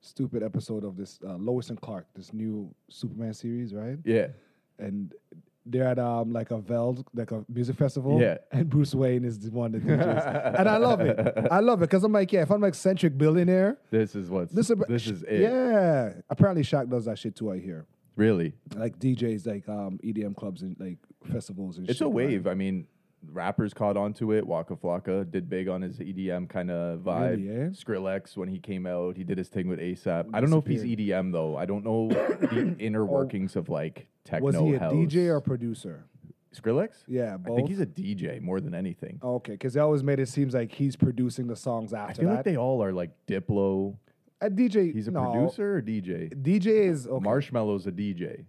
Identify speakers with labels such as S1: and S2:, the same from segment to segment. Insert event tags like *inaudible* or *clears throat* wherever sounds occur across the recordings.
S1: stupid episode of this uh, Lois and Clark, this new Superman series, right?
S2: Yeah.
S1: And they're at um like a Veld, like a music festival.
S2: Yeah.
S1: And Bruce Wayne is the one that
S2: *laughs*
S1: DJs. and I love it. I love it because I'm like, yeah, if I'm like eccentric billionaire,
S2: This is what's
S1: this,
S2: this,
S1: ab-
S2: is it.
S1: Yeah. Apparently, Shaq does that shit too. I hear.
S2: Really.
S1: Like DJs, like um EDM clubs and like festivals and shit.
S2: It's a
S1: right?
S2: wave. I mean, rappers caught onto it. Waka Flocka did big on his EDM kind of vibe.
S1: Really, eh?
S2: Skrillex, when he came out, he did his thing with ASAP. I don't know if he's EDM, though. I don't
S1: *coughs*
S2: know the inner workings of like techno
S1: Was he a
S2: house.
S1: DJ or producer?
S2: Skrillex?
S1: Yeah,
S2: I
S1: both. Oh,
S2: think he's a DJ more than anything.
S1: Okay, because they always made it seems like he's producing the songs
S2: I
S1: after
S2: feel
S1: that.
S2: like they all are like Diplo.
S1: a DJ.
S2: He's a
S1: no,
S2: producer or DJ?
S1: DJ is okay.
S2: Marshmallow's a DJ,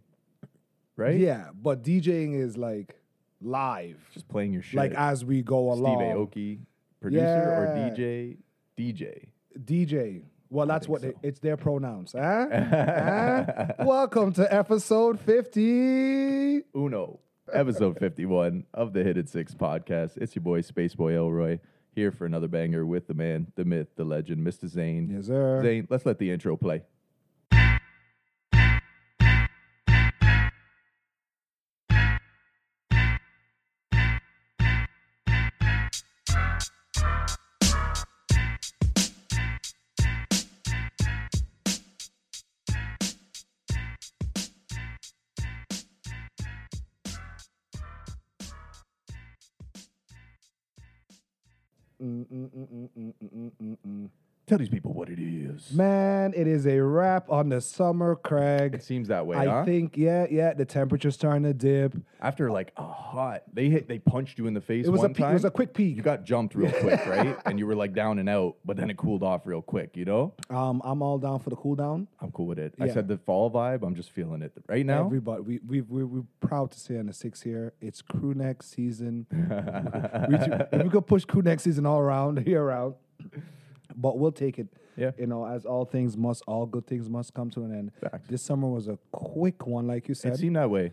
S2: right?
S1: Yeah, but DJing is like live,
S2: Just playing your shit.
S1: like as we go
S2: Steve
S1: along.
S2: Aoki, producer
S1: Yeah.
S2: or DJ? DJ.
S1: DJ. Well, that's
S2: think
S1: what
S2: so.
S1: they- it's their pronouns.
S2: *laughs*
S1: Huh? Huh? Welcome to episode 50.
S2: Uno,
S1: *laughs*
S2: episode 51 of the Hit at Six podcast. It's your boy, Space Boy Elroy, here for another banger with the man, the myth, the legend, Mr. Zane.
S1: Yes, sir.
S2: Zane, let's let the intro play.
S1: Mm, mm, mm, mm, mm, mm, mm, mm.
S2: Tell these people what it is.
S1: Man, it is a wrap on the summer, Craig.
S2: It seems that way,
S1: I
S2: huh?
S1: think, yeah, yeah, the temperature's starting to dip.
S2: After like a hot, they hit, they punched you in the face
S1: It was, a
S2: one
S1: pe-
S2: time.
S1: it was a quick peak.
S2: you got jumped real quick,
S1: *laughs*
S2: right? And you were like down and out, but then it cooled off real quick, you know?
S1: Um, I'm all down for the cool down.
S2: I'm cool with it. I
S1: Yeah.
S2: said the fall vibe, I'm just feeling it right now.
S1: Everybody, we, we, we, we're proud to say on the six here, it's crew neck season. we, ju-
S2: *laughs*
S1: we could push crew neck season all around, *laughs* year round, but we'll take it.
S2: Yeah.
S1: You know, as all things must, all good things must come to an end.
S2: Facts.
S1: This summer was a quick one, like you
S2: It
S1: said.
S2: seemed that way.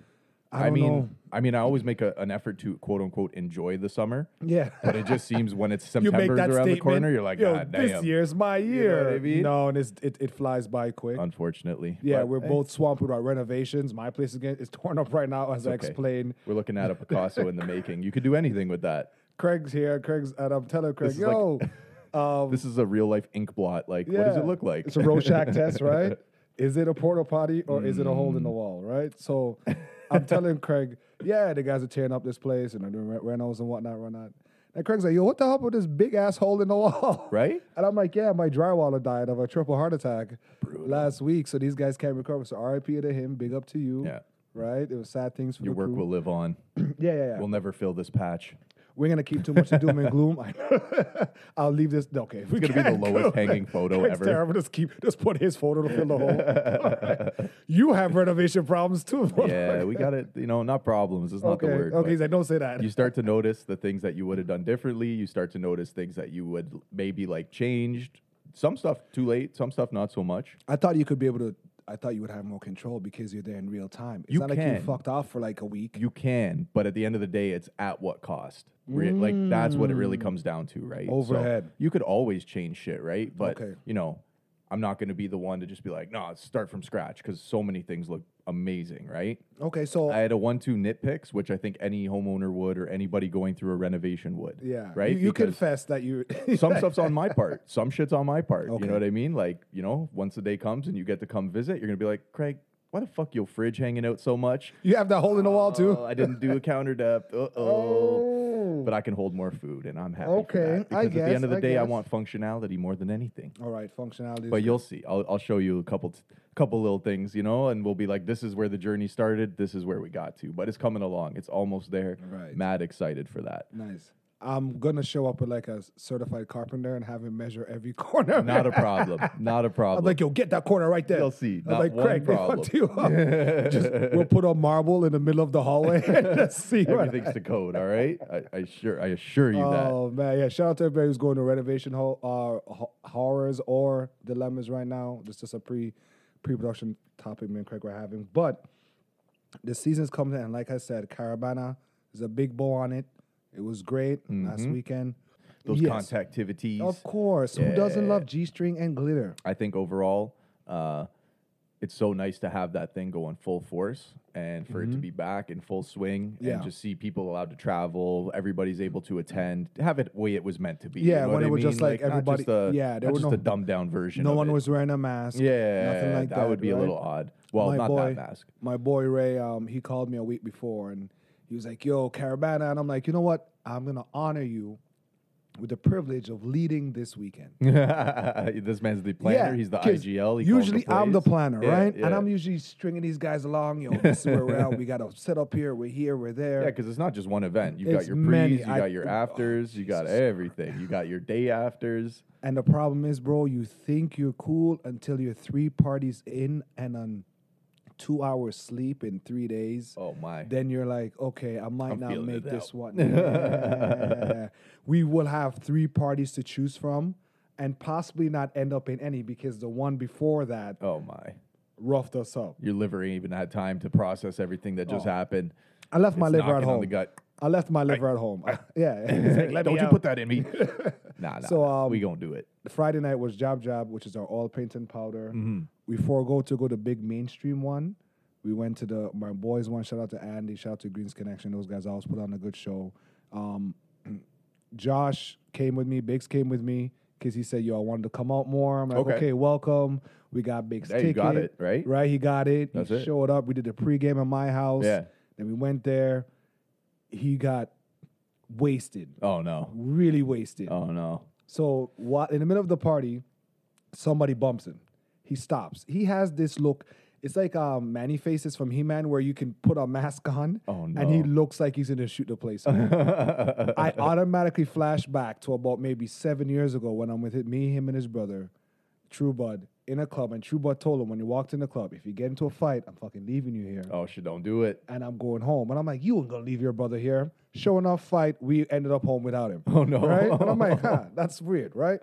S1: I
S2: I,
S1: don't
S2: mean,
S1: know.
S2: I mean, I always make a, an effort to quote unquote enjoy the summer,
S1: *laughs* yeah.
S2: but it just seems when
S1: *laughs*
S2: it's
S1: you
S2: September's
S1: make that
S2: around
S1: statement.
S2: the corner, you're like,
S1: Yo,
S2: God damn.
S1: this year's my
S2: know
S1: year.
S2: what I mean?
S1: No, and it's, it, it flies by quick.
S2: Unfortunately,
S1: yeah,
S2: But,
S1: we're
S2: hey,
S1: both swamped with our renovations. My place again is torn up right now, as I
S2: okay.
S1: explained.
S2: we're looking at a Picasso in the making. You could do anything with that.
S1: Craig's here. Craig's and I'm telling Craig,
S2: is like-
S1: yo,
S2: *laughs*
S1: um,
S2: This is a real life ink blot. Like, what does
S1: yeah,
S2: it look like?
S1: It's a Rorschach test, right? Is it a porta potty or is it a hole in the
S2: Mm.
S1: wall, right?
S2: *laughs*
S1: So I'm telling Craig, yeah, the guys are tearing up this place and they're doing re- renos and whatnot, whatnot. And Craig's like, yo, what the hell with this big ass hole in the wall? *laughs*
S2: *laughs* Right?
S1: And I'm like, yeah, my drywaller died of a triple heart attack last week, so these guys can't recover. So RIP to him, big up to you.
S2: Yeah.
S1: Right? It was sad things for
S2: Your
S1: the
S2: work
S1: crew.
S2: will live on.
S1: *laughs* yeah, yeah, yeah.
S2: We'll never fill
S1: *laughs*
S2: this patch.
S1: We're gonna keep too much of doom and gloom. I- *laughs* I'll leave this. no, Okay, it's
S2: gonna be the lowest hanging photo ever.
S1: Terrible. Just keep. Just put his photo to fill the hole. *laughs*
S2: *laughs*
S1: Alright. You have renovation problems too.
S2: Yeah, we got it. You know, not problems. It's not
S1: okay.
S2: the word.
S1: okay.
S2: but-
S1: He's like, don't say that.
S2: you start to notice the things that you would have done differently. You start to notice things that you would maybe like changed. Some stuff too late, some stuff not so much.
S1: I thought you could be able to. I thought you would have more control because you're there in real time. It's
S2: You
S1: not like
S2: can.
S1: you fucked off for like a week.
S2: You can, but at the end of the day, it's at what cost? Re- Like that's what it really comes down to, right? So
S1: Mm. Overhead.
S2: you could always change shit, right? But
S1: Okay.
S2: you know, I'm not going to be the one to just be like, no, start from scratch because so many things look amazing, right?
S1: okay, so
S2: I had a one-two nitpicks, which I think any homeowner would or anybody going through a renovation would.
S1: yeah,
S2: right.
S1: You, you
S2: Because-
S1: confess that you. *laughs*
S2: some stuff's on my part. Some shit's on my part. You
S1: Okay.
S2: know what I mean? Like, you know, once the day comes and you get to come visit, you're gonna be like, Craig, why the fuck your fridge hanging out so much?
S1: you have that hole in the wall too.
S2: Oh, I didn't
S1: *laughs*
S2: do a counter depth. Uh oh.
S1: Oh.
S2: But I can hold more food, and I'm happy.
S1: Okay,
S2: for that.
S1: I
S2: Because at the
S1: guess,
S2: end of the
S1: I
S2: day, I
S1: guess.
S2: want functionality more than anything.
S1: All right, functionality.
S2: But you'll see. I'll, I'll show you a couple, t- couple little things, you know, and we'll be like, this is where the journey started. This is where we got to. But it's coming along. It's almost there.
S1: Right.
S2: Mad excited for that.
S1: Nice. I'm gonna show up with like a certified carpenter and have him measure every *laughs* corner.
S2: Not
S1: *laughs*
S2: a problem. Not a problem.
S1: I'm like, yo, get that corner right there.
S2: You'll see.
S1: I'm
S2: Not
S1: like,
S2: one
S1: Craig, they
S2: problem."
S1: fucked you up.
S2: *laughs*
S1: Just, we'll put a marble in the middle of the hallway *laughs* and just see what.
S2: Everything's to code, all right? I, I sure I assure you
S1: Oh man, yeah! Shout out to everybody who's going to renovation ho- uh, ho- horrors or dilemmas right now. This is just a pre pre production topic me and Craig were having, but the season's coming, and like I said, Caravana is a big bow on it. It was great last weekend.
S2: that. Mm-hmm. Those
S1: Yes.
S2: contactivities.
S1: Of course. Who doesn't love G string and glitter?
S2: I think overall, Uh, it's so nice to have that thing go on full force and for it to be back in full swing
S1: Mm-hmm. Yeah.
S2: and just see people allowed to travel. Everybody's able to attend. Have it the way it was meant to be. you
S1: Yeah,
S2: know
S1: when
S2: what
S1: it
S2: I
S1: was just,
S2: mean?
S1: like,
S2: not
S1: everybody-
S2: Just a,
S1: yeah, there
S2: not
S1: were
S2: just
S1: no-
S2: a dumbed down version.
S1: No
S2: of
S1: one
S2: it.
S1: was wearing a mask.
S2: Yeah,
S1: nothing like that.
S2: would be a
S1: right?
S2: little odd. Well,
S1: My
S2: not
S1: boy-
S2: that mask. *laughs*
S1: My boy Ray, um, he called me a week before and he was like, "Yo, Caravana," and I'm like, "You know what? I'm gonna honor you with the privilege of leading this weekend."
S2: this man's the planner. he's the
S1: 'cause
S2: IGL. He calls
S1: usually, I'm the
S2: plays.
S1: planner,
S2: Yeah,
S1: right?
S2: Yeah.
S1: And I'm usually stringing these guys along. Yo,
S2: *laughs*
S1: this is where we're at. We got to set up here. We're here. We're there.
S2: Yeah, because it's not just one event. You've
S1: It's
S2: got your
S1: many.
S2: pre's, you
S1: I- Oh,
S2: got your afters, you got everything. You got your day afters.
S1: And the problem is, bro, you think you're cool until you're three parties in and on two hours sleep in three days.
S2: Oh my.
S1: Then you're like, okay, I might
S2: I'm
S1: not
S2: feeling
S1: make
S2: it
S1: this
S2: out.
S1: one.
S2: *laughs*
S1: Yeah. we will have three parties to choose from and possibly not end up in any because the one before that
S2: Oh my.
S1: roughed us up.
S2: Your liver ain't even had time to process everything that just happened.
S1: I left Oh. my
S2: It's
S1: liver at
S2: knocking on
S1: home.
S2: the gut.
S1: *laughs* I left my liver at home. *laughs*
S2: *laughs*
S1: yeah. It's like, let
S2: Don't
S1: me
S2: you
S1: out.
S2: put
S1: *laughs*
S2: that in me. nah, nah.
S1: So,
S2: So,
S1: um,
S2: we gonna do it.
S1: Friday night was Job Job, which is our all paint and powder.
S2: Mm-hmm.
S1: We forego to go to big mainstream one. We went to the my boys one. Shout out to Andy. Shout out to Greens Connection. Those guys always put on a good show. Um, *clears throat* Josh came with me. Biggs came with me because he said, "Yo, I wanted to come out more." I'm like, "Okay,
S2: Okay.
S1: welcome." We got Biggs
S2: There
S1: ticket.
S2: you got it, right?
S1: Right, he got it.
S2: That's
S1: he
S2: it.
S1: showed up. We did the pregame at my house.
S2: Yeah.
S1: Then we went there. He got wasted,
S2: Oh no.
S1: really wasted.
S2: Oh no. *laughs*
S1: So while in the middle of the party, somebody bumps him. He stops. He has this look. It's like um, Manny faces from He Man, where you can put a mask on,
S2: Oh,
S1: and he
S2: no.
S1: looks like he's gonna shoot the
S2: *laughs*
S1: place. up. I automatically flash back to about maybe seven years ago when I'm with it- me, him, and his brother, True Bud, in a club, and True Bud told him when he walked in the club, if you get into a fight, I'm fucking leaving you here
S2: Oh shit, don't do it.
S1: and I'm going home. And I'm like, you ain't gonna leave your brother here. Sure enough, fight. We ended up home without him.
S2: Oh, no.
S1: Right? And I'm like, huh, that's weird, right?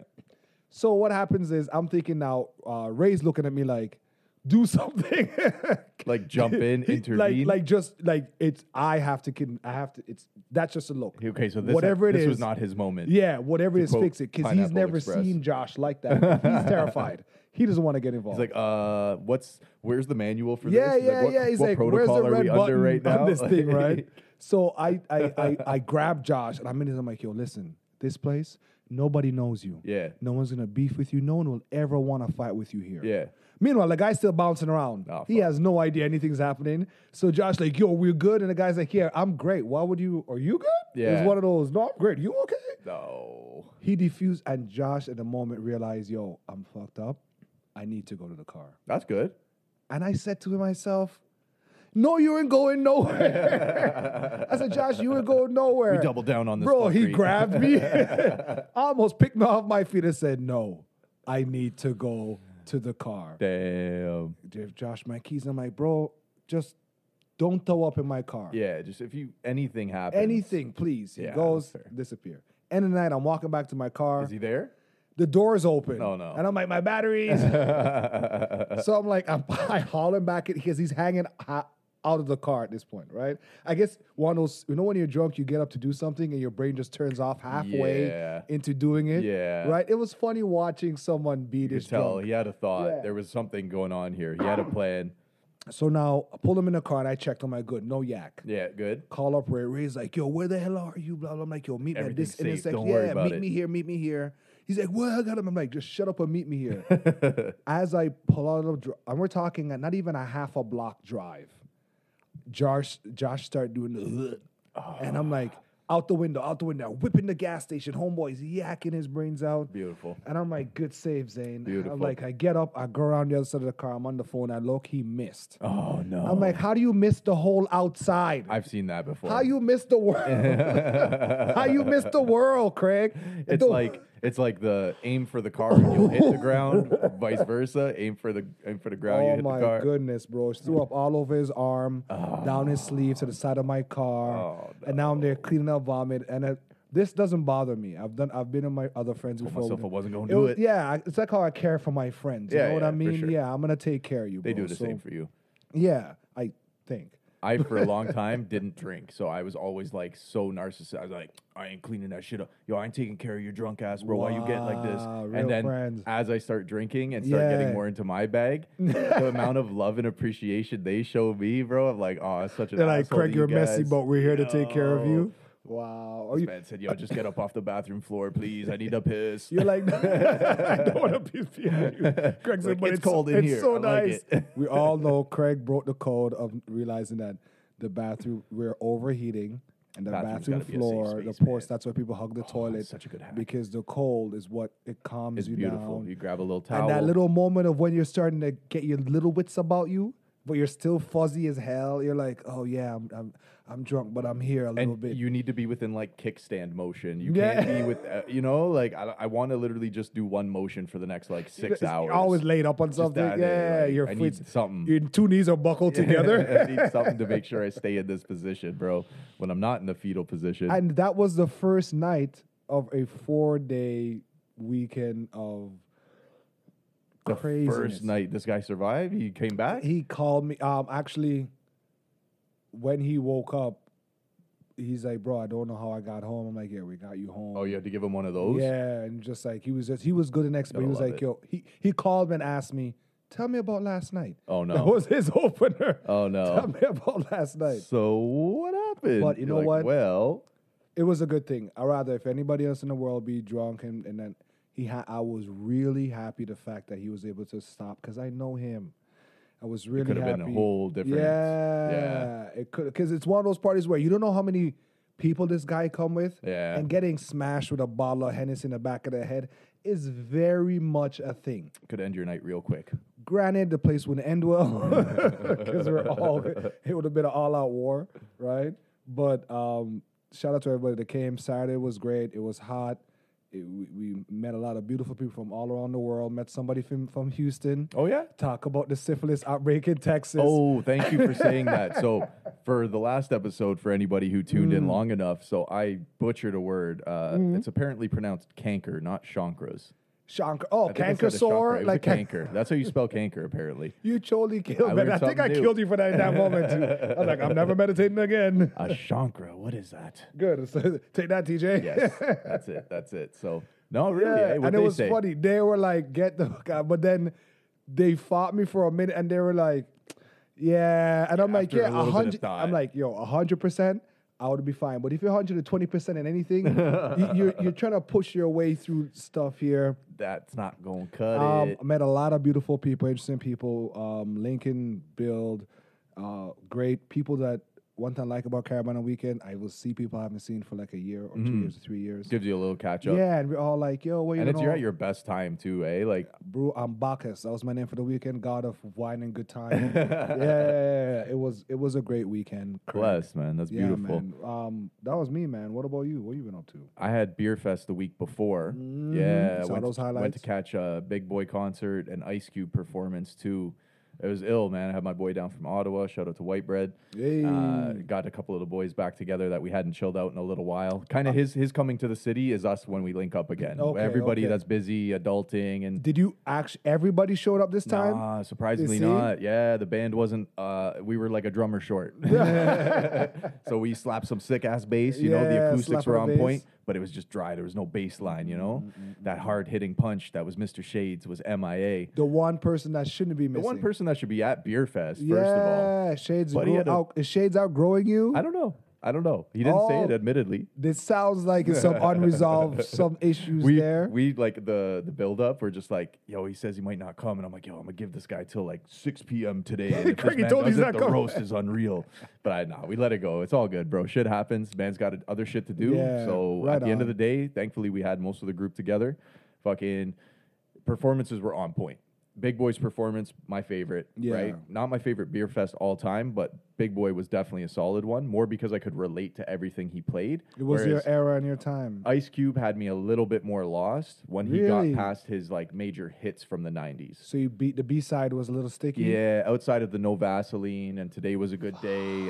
S1: So what happens is I'm thinking now, uh, Ray's looking at me like, do something.
S2: *laughs* Like jump in,
S1: *laughs* He-
S2: intervene.
S1: Like, like just like it's I have to kid I have to it's that's just a look.
S2: okay, so this
S1: whatever it
S2: this was
S1: is-
S2: not his moment.
S1: Yeah, whatever it is,
S2: quote
S1: fix it. Because he's
S2: Pineapple
S1: never
S2: Express.
S1: seen Josh like that. He's
S2: *laughs*
S1: terrified. He doesn't want to get involved.
S2: He's like, uh, what's where's the manual for
S1: Yeah,
S2: this?
S1: yeah,
S2: like, what,
S1: yeah. He's
S2: what
S1: like, where's
S2: protocol
S1: the
S2: are
S1: red
S2: we
S1: button
S2: under right now?
S1: on this thing, right?
S2: Like,
S1: *laughs* So I, I, *laughs* I, I grab Josh and I'm in his. I'm like, yo, listen, this place, nobody knows you.
S2: Yeah.
S1: No one's gonna beef with you. No one will ever want to fight with you here.
S2: *laughs* Yeah.
S1: Meanwhile, the guy's still bouncing around.
S2: Oh,
S1: he
S2: fuck.
S1: has no idea anything's happening. So Josh, like, yo, we're good. And the guy's like, yeah, I'm great. Why would you? Are you good?
S2: Yeah.
S1: It's one of those. No, I'm great. You okay?
S2: No.
S1: He defused, and Josh at the moment realized, yo, I'm fucked up. I need to go to the car.
S2: That's good.
S1: And I said to myself, No, you ain't going
S2: *laughs*
S1: nowhere. I said, Josh, you ain't going nowhere.
S2: We doubled down on this.
S1: Bro, he
S2: fuckery.
S1: grabbed me,
S2: *laughs*
S1: *laughs* almost picked me off my feet and said, No, I need to go to the car.
S2: Damn.
S1: Give Josh my keys. I'm like, Bro, just don't throw up in my car.
S2: Yeah, just if you anything happens.
S1: Anything, please. He
S2: Yeah,
S1: goes,
S2: fair.
S1: disappear. End of the night, I'm walking back to my car.
S2: Is
S1: *laughs*
S2: he there?
S1: the door's open.
S2: Oh, no.
S1: And I'm like, my
S2: *laughs*
S1: batteries. so I'm like, I'm, *laughs* I haul him back in because he's hanging ho- out of the car at this point, right? I guess one of those, you know, when you're drunk, you get up to do something and your brain just turns off halfway
S2: Yeah.
S1: into doing it.
S2: Yeah.
S1: Right? It was funny watching someone beat his
S2: Tell
S1: drunk.
S2: he had a thought.
S1: Yeah.
S2: There was something going on here. He had a plan.
S1: So now I pulled him in the car and I checked. I'm like, good, no yak.
S2: Yeah,
S1: *laughs*
S2: good.
S1: Call up Ray. Ray's like, yo, where the hell are you? Blah, blah. I'm like, yo, meet me at this
S2: Everything's safe.
S1: intersection.
S2: Don't worry
S1: Yeah,
S2: about
S1: meet
S2: it."
S1: me here, meet me here. He's like, well, I got him. I'm like, just shut up and meet me here. as I pull out of, dr- and we're talking at not even a half a block drive. Josh, Josh started doing the,
S2: Oh.
S1: and I'm like, out the window, out the window, whipping the gas station. Homeboy's yakking his brains out.
S2: Beautiful.
S1: And I'm like, good save, Zane.
S2: Beautiful.
S1: I'm like, I get up, I go around the other side of the car, I'm on the phone, I look, he missed.
S2: Oh no.
S1: I'm like, how do you miss the whole outside?
S2: I've seen that before.
S1: How you miss the
S2: *laughs*
S1: world? How you miss the world, Craig?
S2: It's
S1: The- *laughs*
S2: like it's like the aim for the car and you'll hit the ground, vice versa. Aim for the aim for the ground, you
S1: oh
S2: hit
S1: my
S2: the car.
S1: goodness, bro! She threw up all over his arm, down his sleeve, to the side of my car,
S2: Oh,
S1: and now I'm there cleaning up vomit. And it, this doesn't bother me. I've done. I've been in my other friends before.
S2: myself, I wasn't gonna
S1: It
S2: do
S1: was-
S2: it.
S1: Yeah, I- it's like how I care for my friends. You
S2: Yeah,
S1: know what
S2: yeah,
S1: I
S2: for
S1: mean?
S2: sure.
S1: Yeah, I'm gonna take care of you.
S2: They
S1: bro.
S2: do the
S1: So-
S2: same for you.
S1: Yeah, I think.
S2: I for
S1: *laughs*
S2: a long time didn't drink, so I was always like so narcissistic. I was like, I ain't cleaning that shit up. Yo, I ain't taking care of your drunk ass, bro. Why you getting like this?
S1: Wow, real
S2: and then
S1: friends.
S2: as I start drinking and start getting
S1: Yeah.
S2: more into
S1: *laughs*
S2: my bag, the amount of love and appreciation they show me, bro, I'm like, oh, it's such an.
S1: They're like,
S2: asshole to
S1: Craig,
S2: you
S1: you're messy,
S2: guys."
S1: but we're here to take care of
S2: Yo.
S1: you. Wow. Are
S2: This
S1: you,
S2: *laughs* man said, "Yo, just get up off the bathroom floor, please. I need
S1: *laughs*
S2: a piss."
S1: You're like, *laughs* I don't want to be behind you. Craig said,
S2: Like,
S1: but
S2: "It's
S1: it's,
S2: cold in
S1: it's
S2: here.
S1: so
S2: I like
S1: nice.
S2: it.
S1: *laughs* we all know Craig broke the code of realizing that the bathroom, we're overheating. And the
S2: Bathroom's
S1: bathroom
S2: gotta be a safe
S1: floor,
S2: space,
S1: the porch,
S2: man. Oh,
S1: that's why people hug the toilet.
S2: such a good hack.
S1: Because the cold is what it calms
S2: it's
S1: you
S2: beautiful.
S1: down.
S2: You grab a little towel.
S1: and that little moment of when you're starting to get your little wits about you, but you're still fuzzy as hell. You're like, oh yeah, I'm I'm, I'm drunk, but I'm here a little
S2: and
S1: bit.
S2: you need to be within like kickstand motion. You
S1: Yeah.
S2: can't be with, uh, you know, like I, I want to literally just do one motion for the next like six
S1: It's
S2: hours.
S1: Always laid up on something.
S2: that, uh,
S1: Yeah,
S2: like,
S1: your
S2: I
S1: feet,
S2: need something.
S1: Your two knees are buckled together.
S2: *laughs* I need something to make sure I stay in this position, bro. When I'm not in the fetal position,
S1: and that was the first night of a four-day weekend of
S2: the
S1: craziness.
S2: first night this guy survived, he came back.
S1: He called me. Um, actually, when he woke up, he's like, "Bro, I don't know how I got home." I'm like, "Yeah, we got you home."
S2: oh, you had to give him one of those.
S1: Yeah, and just like he was just he was good in expert. He
S2: Gotta
S1: was
S2: love
S1: like,
S2: it.
S1: yo, he he called and asked me, tell me about last night.
S2: Oh, no.
S1: *laughs* That was his opener.
S2: Oh,
S1: *laughs*
S2: no.
S1: Tell me about last night.
S2: So what happened?
S1: But you
S2: You're
S1: know
S2: like,
S1: what?
S2: Well,
S1: It was a good thing. I rather if anybody else in the world be drunk and, and then he ha- I was really happy the fact that he was able to stop because I know him. I was really
S2: could have
S1: happy.
S2: been a whole different.
S1: Yeah,
S2: Yeah.
S1: It could because it's one of those parties where you don't know how many people this guy come with.
S2: Yeah.
S1: And getting smashed with a bottle of Hennessy in the back of the head is very much a thing.
S2: Could end your night real quick.
S1: Granted, the place wouldn't end well *laughs* because we're all it would have been an all-out war, right? But um, shout out to everybody that came. Saturday was great. It was hot. It, we, we met a lot of beautiful people from all around the world. Met somebody from from Houston.
S2: Oh yeah.
S1: Talk about the syphilis outbreak in Texas.
S2: Oh, thank you
S1: *laughs*
S2: for saying that. So, for the last episode, for anybody who tuned
S1: Mm.
S2: in long enough, so I butchered a word. Uh,
S1: Mm-hmm.
S2: It's apparently pronounced canker, not chankras.
S1: Shank- oh,
S2: I think I said
S1: canker
S2: a chankra. It
S1: sore,
S2: was
S1: like
S2: a canker. That's how you spell canker, apparently.
S1: *laughs* You totally killed
S2: I
S1: me.
S2: learned
S1: I think I
S2: something new.
S1: killed you for that in that moment. Too. I
S2: *laughs*
S1: was like, I'm never meditating again. *laughs*
S2: A chankra, what is that?
S1: Good. *laughs* So, take that, TJ.
S2: Yes, that's it. That's it. So, no, really.
S1: Yeah,
S2: eh,
S1: and
S2: what'd
S1: it
S2: they
S1: was
S2: say?
S1: funny. They were like, "Get the fuck out!" But then they fought me for a minute, and they were like, "Yeah," and I'm like,
S2: After a
S1: "Yeah,
S2: little bit of
S1: hundred.
S2: thought.
S1: I'm like, "Yo, hundred percent, I would be fine." But if you're hundred and twenty percent in anything, you, you're you're trying to push your way through stuff here.
S2: That's not going to cut
S1: Um,
S2: it.
S1: I met a lot of beautiful people, interesting people. Um, Lincoln Build, uh, great people that one thing I like about Caravana Weekend, I will see people I haven't seen for like a year or two years or three years.
S2: Gives you a little catch up.
S1: Yeah, and we're all like, yo, what you
S2: Mm-hmm. And it's,
S1: know?
S2: you're at your best time, too, eh? Like,
S1: Bru- I'm Bacchus. That was my name for the weekend, god of wine and good
S2: *laughs*
S1: time. yeah, yeah, yeah, yeah. it was it was a great weekend. Craig.
S2: bless, man. That's
S1: Yeah,
S2: beautiful.
S1: man. Um, that was me, man. What about you? What you been up to?
S2: I had Beer Fest the week before. Yeah,
S1: Mm-hmm. Saw
S2: went,
S1: those
S2: to, went
S1: highlights.
S2: to catch a Big Boy concert and Ice Cube performance too. It was ill, man. I had my boy down from Ottawa. Shout out to White Bread. Uh,
S1: Hey.
S2: got a couple of the boys back together that we hadn't chilled out in a little while. Kind of his his coming to the city is us when we link up again.
S1: Uh, Okay,
S2: Everybody
S1: okay.
S2: that's busy adulting and
S1: Did you actually? Everybody showed up this time.
S2: Nah, Uh, surprisingly
S1: see?
S2: not. Yeah, the band wasn't. Uh, we were like a
S1: *laughs*
S2: drummer short. so we slapped some sick ass bass. You know,
S1: Yeah,
S2: the acoustics
S1: slap
S2: were
S1: on
S2: on
S1: bass. Mm-hmm,
S2: point, but it was just dry. There was no bass line. You know, that hard hitting punch that was Mr. Shades was MIA.
S1: The one person that shouldn't be
S2: The
S1: missing.
S2: one person that should be at Beer Fest,
S1: Yeah,
S2: first of all.
S1: shades.
S2: But he
S1: Grow-
S2: had a-
S1: out, is shades outgrowing you?
S2: I don't know. I don't know. He didn't say it,
S1: Oh.
S2: admittedly.
S1: This sounds like it's
S2: *laughs*
S1: some unresolved, some issues
S2: we,
S1: there.
S2: We like the the build up. We're just like, yo, he says he might not come, and I'm like, yo, I'm gonna give this guy till like 6 p.m.
S1: *laughs*
S2: today. And if this
S1: Craig, he
S2: man
S1: told me he's
S2: doesn't,
S1: not
S2: the
S1: coming.
S2: roast is unreal. But I nah, we let it go. It's all good, bro. Shit happens. Man's got other shit to do.
S1: Yeah,
S2: so at
S1: right
S2: the end of
S1: on.
S2: the day, thankfully we had most of the group together. Fucking performances were on point. Big Boy's performance, my favorite,
S1: Yeah.
S2: right? Not my favorite beer fest all time, but Big Boy was definitely a solid one. More because I could relate to everything he played.
S1: it was
S2: whereas-
S1: your era and your time.
S2: Ice Cube had me a little bit more lost when he
S1: Really?
S2: got past his like major hits from the 90s.
S1: so you beat the B side was a little sticky.
S2: Yeah, outside of the No Vaseline and Today Was a Good Day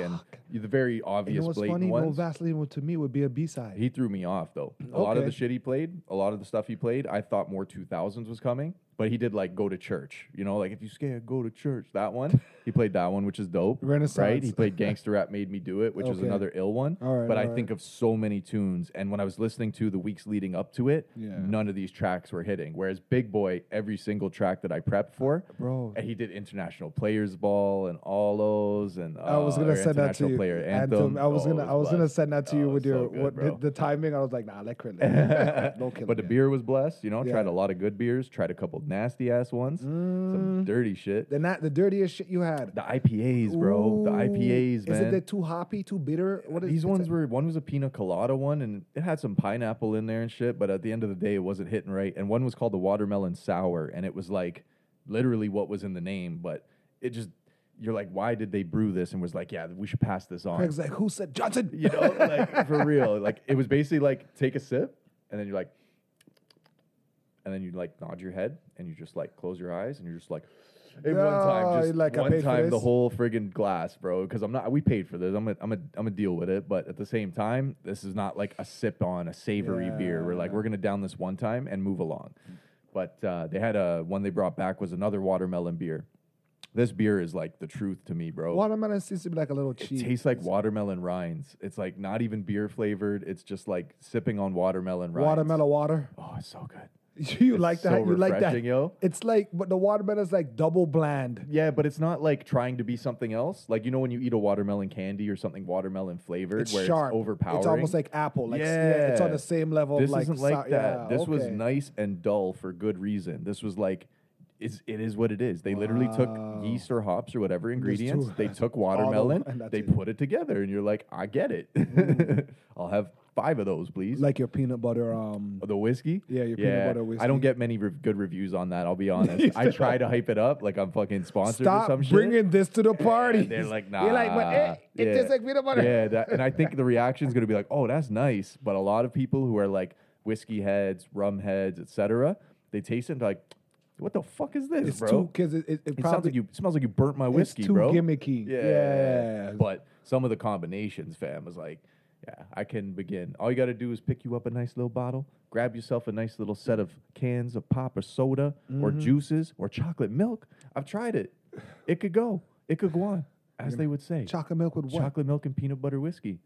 S1: *sighs*
S2: and the very
S1: You know
S2: obvious
S1: what's
S2: blatant
S1: funny?
S2: ones.
S1: No Vaseline would, to me would be a B side.
S2: he threw me off though. A lot of
S1: Okay.
S2: the shit he played, a lot of the stuff he played, I thought more 2000s was coming, But he did like go to church, you know, like if you scared, go to church. That one, he played that one, which is dope. Right? He
S1: Renaissance.
S2: played Gangster Rap Made Me Do It, which is
S1: Okay.
S2: another ill one.
S1: All right,
S2: but I
S1: all right.
S2: think of so many tunes. And when I was listening to the weeks leading up to it,
S1: Yeah.
S2: none of these tracks were hitting. Whereas Big Boy, every single track that I prepped for,
S1: Bro.
S2: and he did International Players Ball and all those. And
S1: I was
S2: uh,
S1: gonna
S2: or
S1: send that to
S2: International
S1: you.
S2: Player
S1: Anthem.
S2: Anthem.
S1: I was
S2: Oh,
S1: gonna,
S2: it
S1: I was gonna
S2: blessed.
S1: send that to you
S2: Oh, it
S1: with
S2: was
S1: your
S2: so good,
S1: what
S2: bro.
S1: the, the timing. I was like, nah, let
S2: *laughs*
S1: Crit *laughs* live. Don't kill
S2: but the
S1: him.
S2: beer was blessed, you know. Tried
S1: Yeah.
S2: a lot of good beers. Tried a couple nasty ass ones.
S1: Mm.
S2: Some dirty shit.
S1: The not the dirtiest shit you had.
S2: The IPAs, bro. the
S1: Ooh.
S2: IPAs, man.
S1: Is it they're too hoppy, too bitter? What is
S2: These
S1: it's
S2: ones
S1: a- *laughs*
S2: were one was a pina colada one, and it had some pineapple in there and shit. But at the end of the day, it wasn't hitting right. And one was called the watermelon sour, and it was like literally what was in the name, but it just you're like, why did they brew this? And was like, yeah, we should pass this on.
S1: Craig's like, who said Johnson?
S2: You know, like for real. Like it was basically like take a sip, and then you're like, and then you like nod your head, and you just like close your eyes, and you're just like. In one
S1: Oh,
S2: time, just
S1: you're like, I
S2: one
S1: paid for
S2: time, the
S1: this.
S2: whole friggin' glass, bro. Because I'm not, we paid for this. I'm a, I'm a, I'm a deal with it. But at the same time, this is not like a sip on a savory beer. We're like,
S1: Yeah.
S2: we're gonna down this one time and move along. But uh, they had a one they brought back was another watermelon beer. This beer is like the truth to me, bro.
S1: Watermelon seems to be like a little
S2: It
S1: cheap.
S2: tastes like watermelon rinds. It's like not even beer flavored. It's just like sipping on watermelon rinds.
S1: watermelon water. *laughs*
S2: Oh, it's so good.
S1: You
S2: It's
S1: like that?
S2: so
S1: you like that?
S2: refreshing, yo.
S1: It's like, but the watermelon's like double bland.
S2: Yeah, but it's not like trying to be something else. Like you know when you eat a watermelon candy or something watermelon flavored,
S1: It's
S2: where
S1: sharp.
S2: it's overpowering.
S1: It's almost like apple. Like, yeah. it's on the same level.
S2: This
S1: like,
S2: isn't like
S1: so-
S2: that.
S1: yeah,
S2: this was
S1: okay.
S2: nice and dull for good reason. This was like, it's, it is what it is. They literally took
S1: Wow.
S2: yeast or hops or whatever ingredients.
S1: threw *laughs*
S2: they took watermelon.
S1: and that's
S2: they
S1: it. Mm.
S2: put it together, and you're like, I get it. *laughs* I'll have five of those, please.
S1: Like your peanut butter. Um,
S2: Oh, The whiskey?
S1: Yeah, your peanut butter
S2: I
S1: whiskey.
S2: don't get many re- good reviews on that,
S1: *laughs*
S2: I'll be honest. I try to hype it up like I'm fucking sponsored or
S1: stop
S2: some shit.
S1: bringing this to the party.
S2: and they're like, nah.
S1: You're like, but eh, it
S2: Yeah.
S1: tastes like peanut butter.
S2: Yeah, that, and
S1: *laughs*
S2: I think the reaction is going to be like, oh, that's nice. But a lot of people who are like whiskey heads, rum heads, etc., they taste it and they're like, what the fuck is this,
S1: It's
S2: bro?
S1: too because it, it, it
S2: it sounds
S1: probably
S2: like you smells like you burnt my whiskey,
S1: too
S2: bro.
S1: gimmicky. Yeah.
S2: But some of the combinations, fam, is like, yeah, I can begin. All you got to do is pick you up a nice little bottle, grab yourself a nice little set of cans of pop or soda or
S1: Mm-hmm.
S2: juices or chocolate milk. I've tried it. It could go. It could go on, as they would say.
S1: chocolate milk with what?
S2: Chocolate milk and peanut butter whiskey.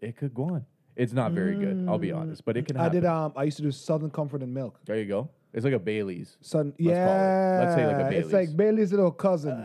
S2: It could go on. It's not very good, I'll be honest, but it can
S1: I
S2: happen.
S1: did. Um, I used to do Southern Comfort and Milk.
S2: there you go. It's like a Bailey's.
S1: Southern,
S2: call it-
S1: yeah.
S2: let's say like a
S1: It's like
S2: Bailey's. Uh,
S1: Bailey's little cousin.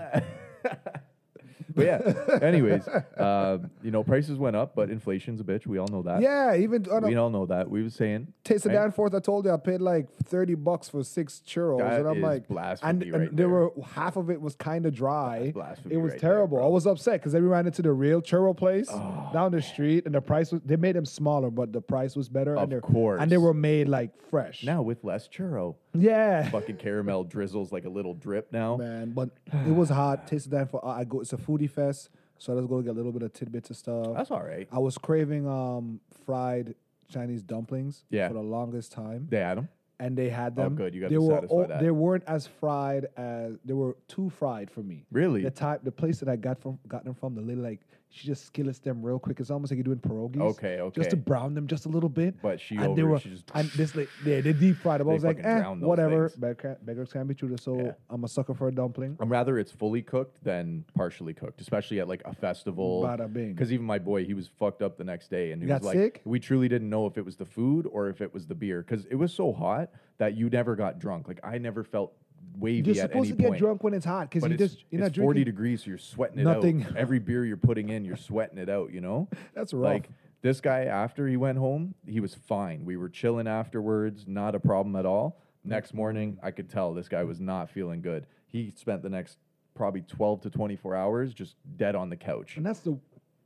S1: *laughs*
S2: But yeah, anyways, um, you know, prices went up, but inflation's a bitch. We all know that.
S1: yeah, even on a
S2: We all know that. We were saying
S1: taste of
S2: right?
S1: Danforth, I told you I paid like thirty bucks for six churros,
S2: That
S1: and I'm
S2: is
S1: like,
S2: blasphemy
S1: and, and
S2: right
S1: there
S2: there.
S1: were half of it was kind of dry.
S2: blasphemy
S1: It was
S2: right there,
S1: terrible.
S2: bro. Oh.
S1: I was upset because then we ran into the real churro place down the street, and the price was they made them smaller, but the price was better.
S2: Of
S1: and they're-
S2: course.
S1: and they were made like fresh.
S2: *laughs* now with less churro,
S1: yeah,
S2: fucking caramel drizzles like a little drip now.
S1: man. But it was hot. Tasted that for I go. It's a foodie fest, so I just go to get a little bit of tidbits of stuff.
S2: That's all right.
S1: I was craving um fried Chinese dumplings
S2: Yeah.
S1: for the longest time,
S2: They had them.
S1: and they had them.
S2: Oh, good, you gotta
S1: they were
S2: satisfy that.
S1: They weren't as fried as they were too fried for me.
S2: Really?
S1: The type, the place that I got from got them from, the lady like she just skillets them real quick. It's almost like you're doing pierogies.
S2: Okay,
S1: Just to
S2: okay.
S1: brown them just a little bit.
S2: But she
S1: and they
S2: over it,
S1: were,
S2: she just-
S1: and
S2: *laughs*
S1: this like yeah they deep fried them. I
S2: They
S1: was like
S2: fucking
S1: eh,
S2: drown those
S1: whatever.
S2: things.
S1: Beggar can't- Beggars can't be true. So
S2: Yeah.
S1: I'm a sucker for a dumpling.
S2: I'm rather it's fully cooked than partially cooked, especially at like a festival.
S1: Bada bing.
S2: Because even my boy, he was fucked up the next day, and he
S1: You
S2: was
S1: got
S2: like,
S1: sick?
S2: we truly didn't know if it was the food or if it was the beer, because it was so hot that you never got drunk. Like I never felt wavy
S1: You're
S2: at any
S1: supposed to get
S2: point.
S1: drunk when it's hot because
S2: But
S1: you
S2: it's,
S1: just you're
S2: it's
S1: not
S2: 40
S1: drinking.
S2: degrees, so you're sweating it
S1: Nothing.
S2: out. Every beer you're putting in, you're sweating it out,
S1: *laughs*
S2: you know?
S1: That's rough.
S2: Like this guy, after he went home, he was fine. We were chilling afterwards, not a problem at all. Next morning, I could tell this guy was not feeling good. He spent the next probably 12 to 24 hours just dead on the couch.
S1: And that's the,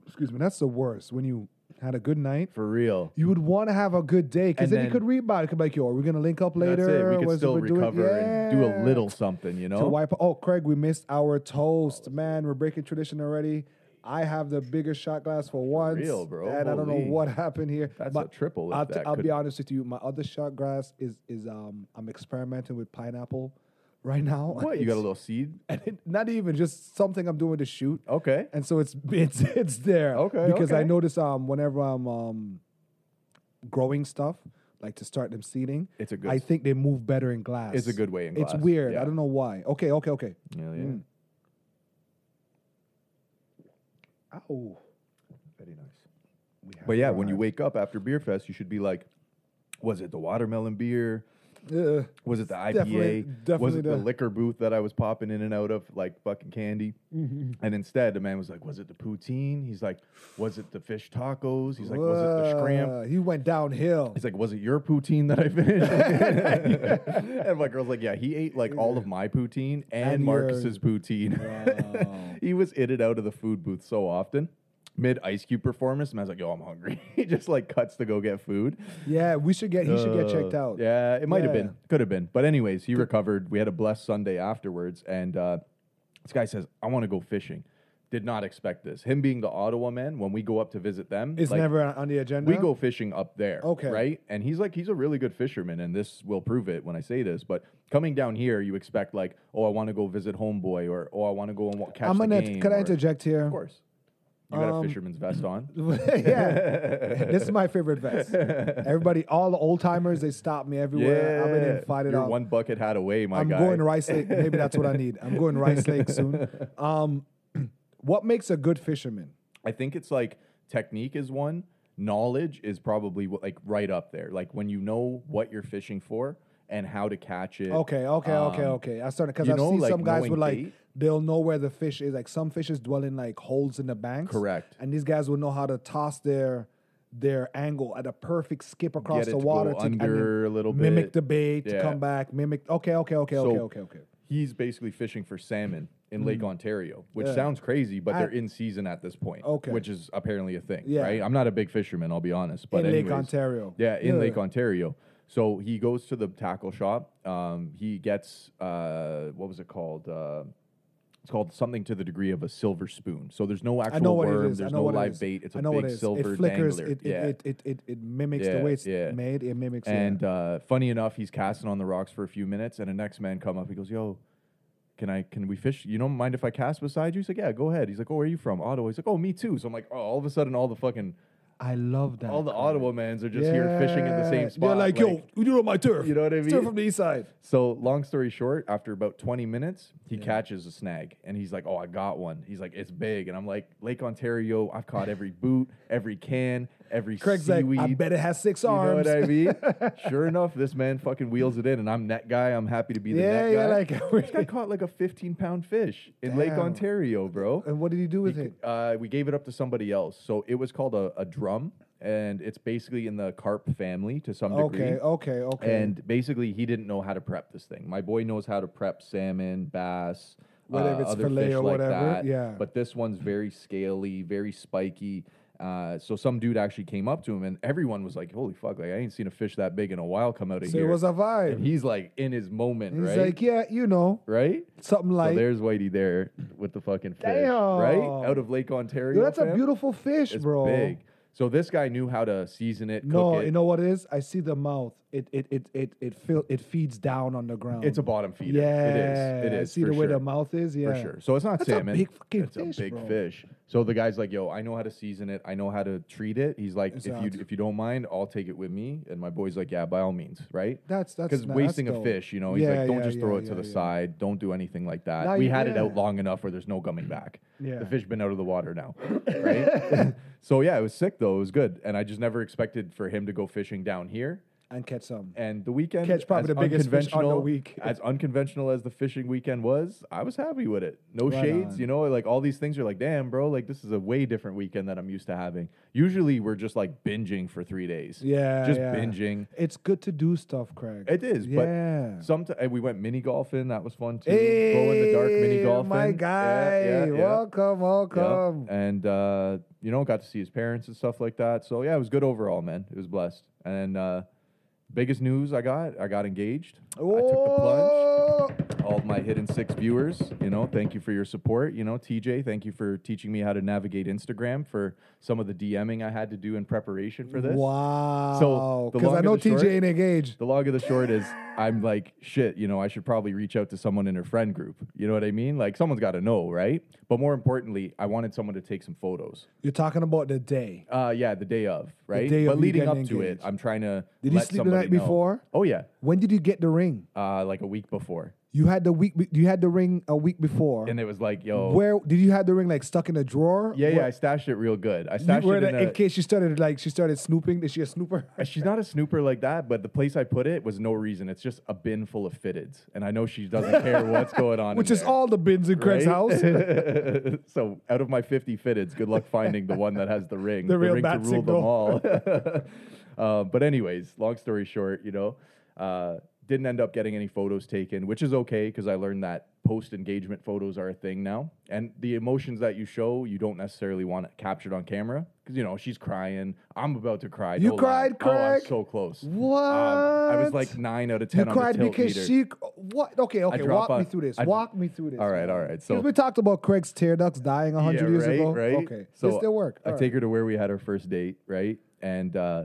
S1: excuse me, that's the worst when you had a good night.
S2: For real.
S1: You would want to have a good day because
S2: And
S1: then, you
S2: then-
S1: could read about it. Could be like, yo, are we gonna link up later?
S2: That's it. We could
S1: What's-
S2: still
S1: we're doing-
S2: recover and do a
S1: Yeah.
S2: little something, you know?
S1: To wipe. Oh, Craig, we missed our toast, man. We're breaking tradition already. I have the biggest shot glass for once.
S2: real, bro.
S1: And I don't know
S2: Holy.
S1: what happened here.
S2: That's
S1: but
S2: a triple. if
S1: I'll, t-
S2: that
S1: I'll
S2: could-
S1: be honest with you. My other shot glass is is um I'm experimenting with pineapple right now.
S2: What? You
S1: *laughs*
S2: got a
S1: It's-
S2: little seed?
S1: and it, not even just something I'm doing to shoot.
S2: Okay.
S1: And so it's *laughs* it's it's there.
S2: Okay,
S1: Because I
S2: okay.
S1: notice um whenever I'm um growing stuff, like to start them seeding.
S2: It's a good.
S1: I think they move better in glass.
S2: it's a good way in
S1: It's
S2: glass.
S1: weird.
S2: Yeah.
S1: I don't know why. Okay, okay, okay.
S2: Yeah, yeah.
S1: Mm. Ow.
S2: Very nice.
S1: We have
S2: But yeah, when you
S1: arrived.
S2: wake up after beer fest, you should be like, was it the watermelon beer?
S1: Ugh.
S2: Was it the IPA?
S1: Definitely-
S2: was
S1: definitely
S2: it the,
S1: the-
S2: liquor booth that I was popping in and out of like fucking candy?
S1: Mm-hmm.
S2: And instead, the man was like, "Was it the poutine?" He's like, "Was it the fish tacos?" He's like, "Was it the scramp?"
S1: Whoa, He went downhill.
S2: He's like, "Was it your poutine that I finished?" *laughs* and my girl's like, "Yeah, he ate like all of my poutine and,
S1: And your-
S2: Marcus's poutine.
S1: Wow.
S2: *laughs* he was in and out of the food booth so often." Mid Ice Cube performance, man's like, "Yo, I'm hungry." *laughs* he just like cuts to go get food.
S1: Yeah, we should get. He should get checked
S2: Uh,
S1: out.
S2: Yeah, it might have
S1: Yeah.
S2: been. Could have been. But anyways, he recovered. We had a blessed Sunday afterwards, and uh, this guy says, "I want to go fishing." Did not expect this. Him being the Ottawa man, when we go up to visit them,
S1: It's
S2: like,
S1: never on- on the agenda.
S2: we go fishing up there.
S1: Okay.
S2: Right? And he's like, he's a really good fisherman, and this will prove it when I say this. But coming down here, you expect like, oh, I want to go visit homeboy, or oh, I want to go and wa- catch
S1: I'm
S2: the
S1: gonna.
S2: game.
S1: Could I
S2: or-
S1: interject here?
S2: Of course. You got
S1: Um,
S2: a fisherman's vest on.
S1: *laughs*
S2: *laughs*
S1: yeah, this is my favorite vest. Everybody, all the old timers, they stop me everywhere. I'm in
S2: Yeah,
S1: there fighting
S2: you're
S1: off.
S2: one bucket hat away, my
S1: I'm
S2: guy.
S1: going to Rice Lake. Maybe that's what I need. I'm going to
S2: *laughs*
S1: Rice Lake soon. Um, *clears throat* what makes a good fisherman?
S2: I think it's like technique is one, knowledge is probably wh- like right up there. Like when you know what you're fishing for and how to catch it.
S1: Okay, okay, okay,
S2: Um,
S1: okay. I started because
S2: you
S1: I've
S2: know,
S1: seen
S2: like,
S1: some guys
S2: knowing
S1: with like
S2: bait?
S1: they'll know where the fish is. Like some fishes dwell in like holes in the banks.
S2: Correct.
S1: And these guys will know how to toss their their angle at a perfect skip across
S2: Get it
S1: the
S2: to
S1: water
S2: go
S1: and
S2: under
S1: then
S2: a little
S1: mimic
S2: bit.
S1: the bait to
S2: Yeah.
S1: come back. Mimic. Okay, okay, okay,
S2: So-
S1: okay, okay, okay.
S2: He's basically fishing for salmon in Lake Ontario, which
S1: Mm-hmm. Yeah.
S2: sounds crazy, but
S1: I-
S2: they're in season at this point.
S1: Okay.
S2: Which is apparently a thing,
S1: Yeah.
S2: right? I'm not a big fisherman, I'll be honest. But
S1: in Lake
S2: anyways.
S1: Ontario.
S2: Yeah, in Lake Ontario. So he goes to the tackle shop. Um, he gets uh, what was it called? Uh, it's called something to the degree of a silver spoon. So there's no actual
S1: I know what
S2: worm.
S1: it is.
S2: There's
S1: I know
S2: no
S1: what it
S2: live
S1: is.
S2: bait. It's
S1: I
S2: a
S1: know what
S2: big
S1: it is.
S2: silver
S1: It flickers.
S2: dangler.
S1: It, it,
S2: yeah.
S1: it, it, it, it mimics the
S2: Yeah,
S1: way it's
S2: yeah.
S1: made. It mimics. yeah.
S2: and uh, funny enough, he's casting on the rocks for a few minutes, and a next man come up. He goes, "Yo, can I? Can we fish? You don't mind if I cast beside you?" He's like, "Yeah, go ahead." He's like, "Oh, where are you from? Ottawa." He's like, "Oh, me too." So I'm like, "Oh, all of a sudden, all the fucking
S1: I love that.
S2: all the Ottawa mans are just here fishing in the
S1: Yeah.
S2: same spot."
S1: They're like, yo, you know my turf.
S2: You know what I
S1: It's Turf
S2: mean?
S1: from the east side.
S2: So long story short, after about 20 minutes, he catches a snag and he's like, "Oh, I got one." He's like, "It's big," and I'm like, "Lake Ontario, I've caught
S1: *laughs*
S2: every boot, every can, every
S1: Craig's
S2: seaweed."
S1: like, I bet it has six
S2: you know
S1: arms.
S2: what I mean? sure enough, this man fucking wheels it in, and I'm net guy. I'm happy to be the
S1: Yeah,
S2: net
S1: yeah,
S2: guy.
S1: like- *laughs*
S2: this guy caught like a 15 pound fish in Lake
S1: Damn.
S2: Ontario, bro.
S1: *laughs* and what did he do with
S2: We
S1: it?
S2: g- Uh, we gave it up to somebody else. So it was called a, a drum, and it's basically in the carp family to some degree.
S1: Okay, okay, okay.
S2: And basically, he didn't know how to prep this thing. My boy knows how to prep salmon, bass,
S1: Whatever,
S2: uh,
S1: it's
S2: other
S1: fillet
S2: fish
S1: or
S2: like
S1: whatever,
S2: that.
S1: yeah.
S2: But this one's very scaly, very spiky. Uh, so some dude actually came up to him, and everyone was like, "Holy fuck! Like I ain't seen a fish that big in a while come out of
S1: so
S2: here."
S1: it was a
S2: and
S1: vibe.
S2: he's like in his moment,
S1: He's
S2: right?
S1: like, yeah, you know,
S2: right.
S1: something like.
S2: so there's Whitey there with the fucking fish, right? Out of Lake Ontario.
S1: Yo, that's a
S2: fam.
S1: beautiful fish,
S2: It's
S1: bro.
S2: big. So this guy knew how to season it.
S1: No,
S2: cook it.
S1: you know what it is? I see the mouth. It it it it it feel, it feeds down on the ground.
S2: It's a bottom feeder.
S1: yeah.
S2: it is. It is
S1: I see
S2: for
S1: the way the
S2: sure.
S1: mouth is. Yeah,
S2: for sure. So it's not
S1: That's a
S2: salmon.
S1: big fucking
S2: it's
S1: fish,
S2: a big
S1: bro.
S2: fish. So the guy's like, "Yo, I know how to season it. I know how to treat it." He's like, "If
S1: Exact.
S2: you if you don't mind, I'll take it with me." And my boy's like, "Yeah, by all means, right?"
S1: That's that's
S2: Because
S1: na- that's
S2: wasting a
S1: dope.
S2: fish, you know, he's
S1: Yeah,
S2: like, "Don't
S1: yeah,
S2: just throw
S1: yeah,
S2: it to
S1: yeah,
S2: the
S1: yeah.
S2: side. Don't do anything like that."
S1: Nah,
S2: we
S1: you-
S2: had it
S1: yeah.
S2: out long enough where there's no coming back.
S1: Yeah.
S2: The fish been out of the water
S1: *laughs*
S2: now, right? *laughs* so yeah, it was sick though. It was good, and I just never expected for him to go fishing down here
S1: And catch some.
S2: and the weekend
S1: Catch probably the
S2: as
S1: biggest fish on the
S2: unconventional-
S1: week.
S2: *laughs* As unconventional as the fishing weekend was, I was happy with it. No
S1: Right
S2: shades,
S1: on.
S2: you know, like all these things are like, damn, bro, like this is a way different weekend that I'm used to having. Usually we're just like binging for three days.
S1: Yeah,
S2: Just
S1: yeah.
S2: binging.
S1: It's good to do stuff, Craig.
S2: It is,
S1: Yeah.
S2: but sometimes we went mini golfing. That was fun too. Go in the dark mini
S1: Hey,
S2: golfing.
S1: My
S2: Yeah,
S1: guy,
S2: yeah, yeah.
S1: welcome,
S2: Yep.
S1: welcome.
S2: And uh, you know, got to see his parents and stuff like that. So yeah, it was good overall, man. It was blessed. And uh, biggest news I got, I got engaged. I took the plunge. all my hidden six viewers. You know, thank you for your support. You know, TJ, thank you for teaching me how to navigate Instagram for some of the DMing I had to do in preparation for this.
S1: Wow.
S2: the
S1: Because
S2: long
S1: I
S2: and
S1: know
S2: the short-
S1: TJ ain't engaged.
S2: The long of the short is, I'm like, shit, you know, I should probably reach out to someone in her friend group. You know what I mean? Like, someone's got to know, right? But more importantly, I wanted someone to take some photos.
S1: You're talking about the day.
S2: Uh, yeah, the day of, right?
S1: day
S2: but
S1: of you
S2: leading up
S1: getting
S2: to it,
S1: engaged.
S2: I'm trying to.
S1: Did you
S2: let
S1: sleep the
S2: somebody
S1: night
S2: know.
S1: before?
S2: Oh yeah,
S1: When did you get the ring?
S2: uh, like a week before,
S1: You had the week. be- You had the ring a week before.
S2: and it was like, yo,
S1: Where did you have the ring? Like stuck in a drawer?
S2: yeah, yeah, I
S1: Where-
S2: stashed it real good. I
S1: you-
S2: stashed
S1: where
S2: it in
S1: the- in
S2: a,
S1: case she started like she started snooping. Is she a
S2: *laughs*
S1: snooper?
S2: Uh, She's not a snooper like that, but the place I put it was no reason. It's just a bin full of fitteds, and I know she doesn't care what's going on. in
S1: Which is
S2: there,
S1: all the bins in Craig's
S2: right? *laughs* Um,
S1: house.
S2: so out of my fifty fitteds, good luck finding the one that has the
S1: *laughs*
S2: ring.
S1: The real
S2: ring to
S1: bat
S2: rule them all.
S1: *laughs*
S2: *laughs* Uh, but anyways, long story short, you know, uh, didn't end up getting any photos taken, which is okay because I learned that post engagement photos are a thing now, and the emotions that you show, you don't necessarily want it captured on camera because you know she's crying. I'm about to cry.
S1: You
S2: no lie.
S1: cried,
S2: Oh, I was
S1: Craig?
S2: so close.
S1: What?
S2: Um, I was like nine out of ten.
S1: You
S2: on
S1: cried
S2: the tilt
S1: because
S2: meter.
S1: she. What? Okay, okay.
S2: drop
S1: Walk
S2: on-
S1: me through this.
S2: I-
S1: walk me through this.
S2: All right, all right.
S1: 'Cause
S2: So
S1: we talked about Craig's tear ducts dying hundred years
S2: right,
S1: ago.
S2: Right?
S1: Okay, this still work.
S2: I
S1: All right.
S2: take her to where we had our first date, right? And uh,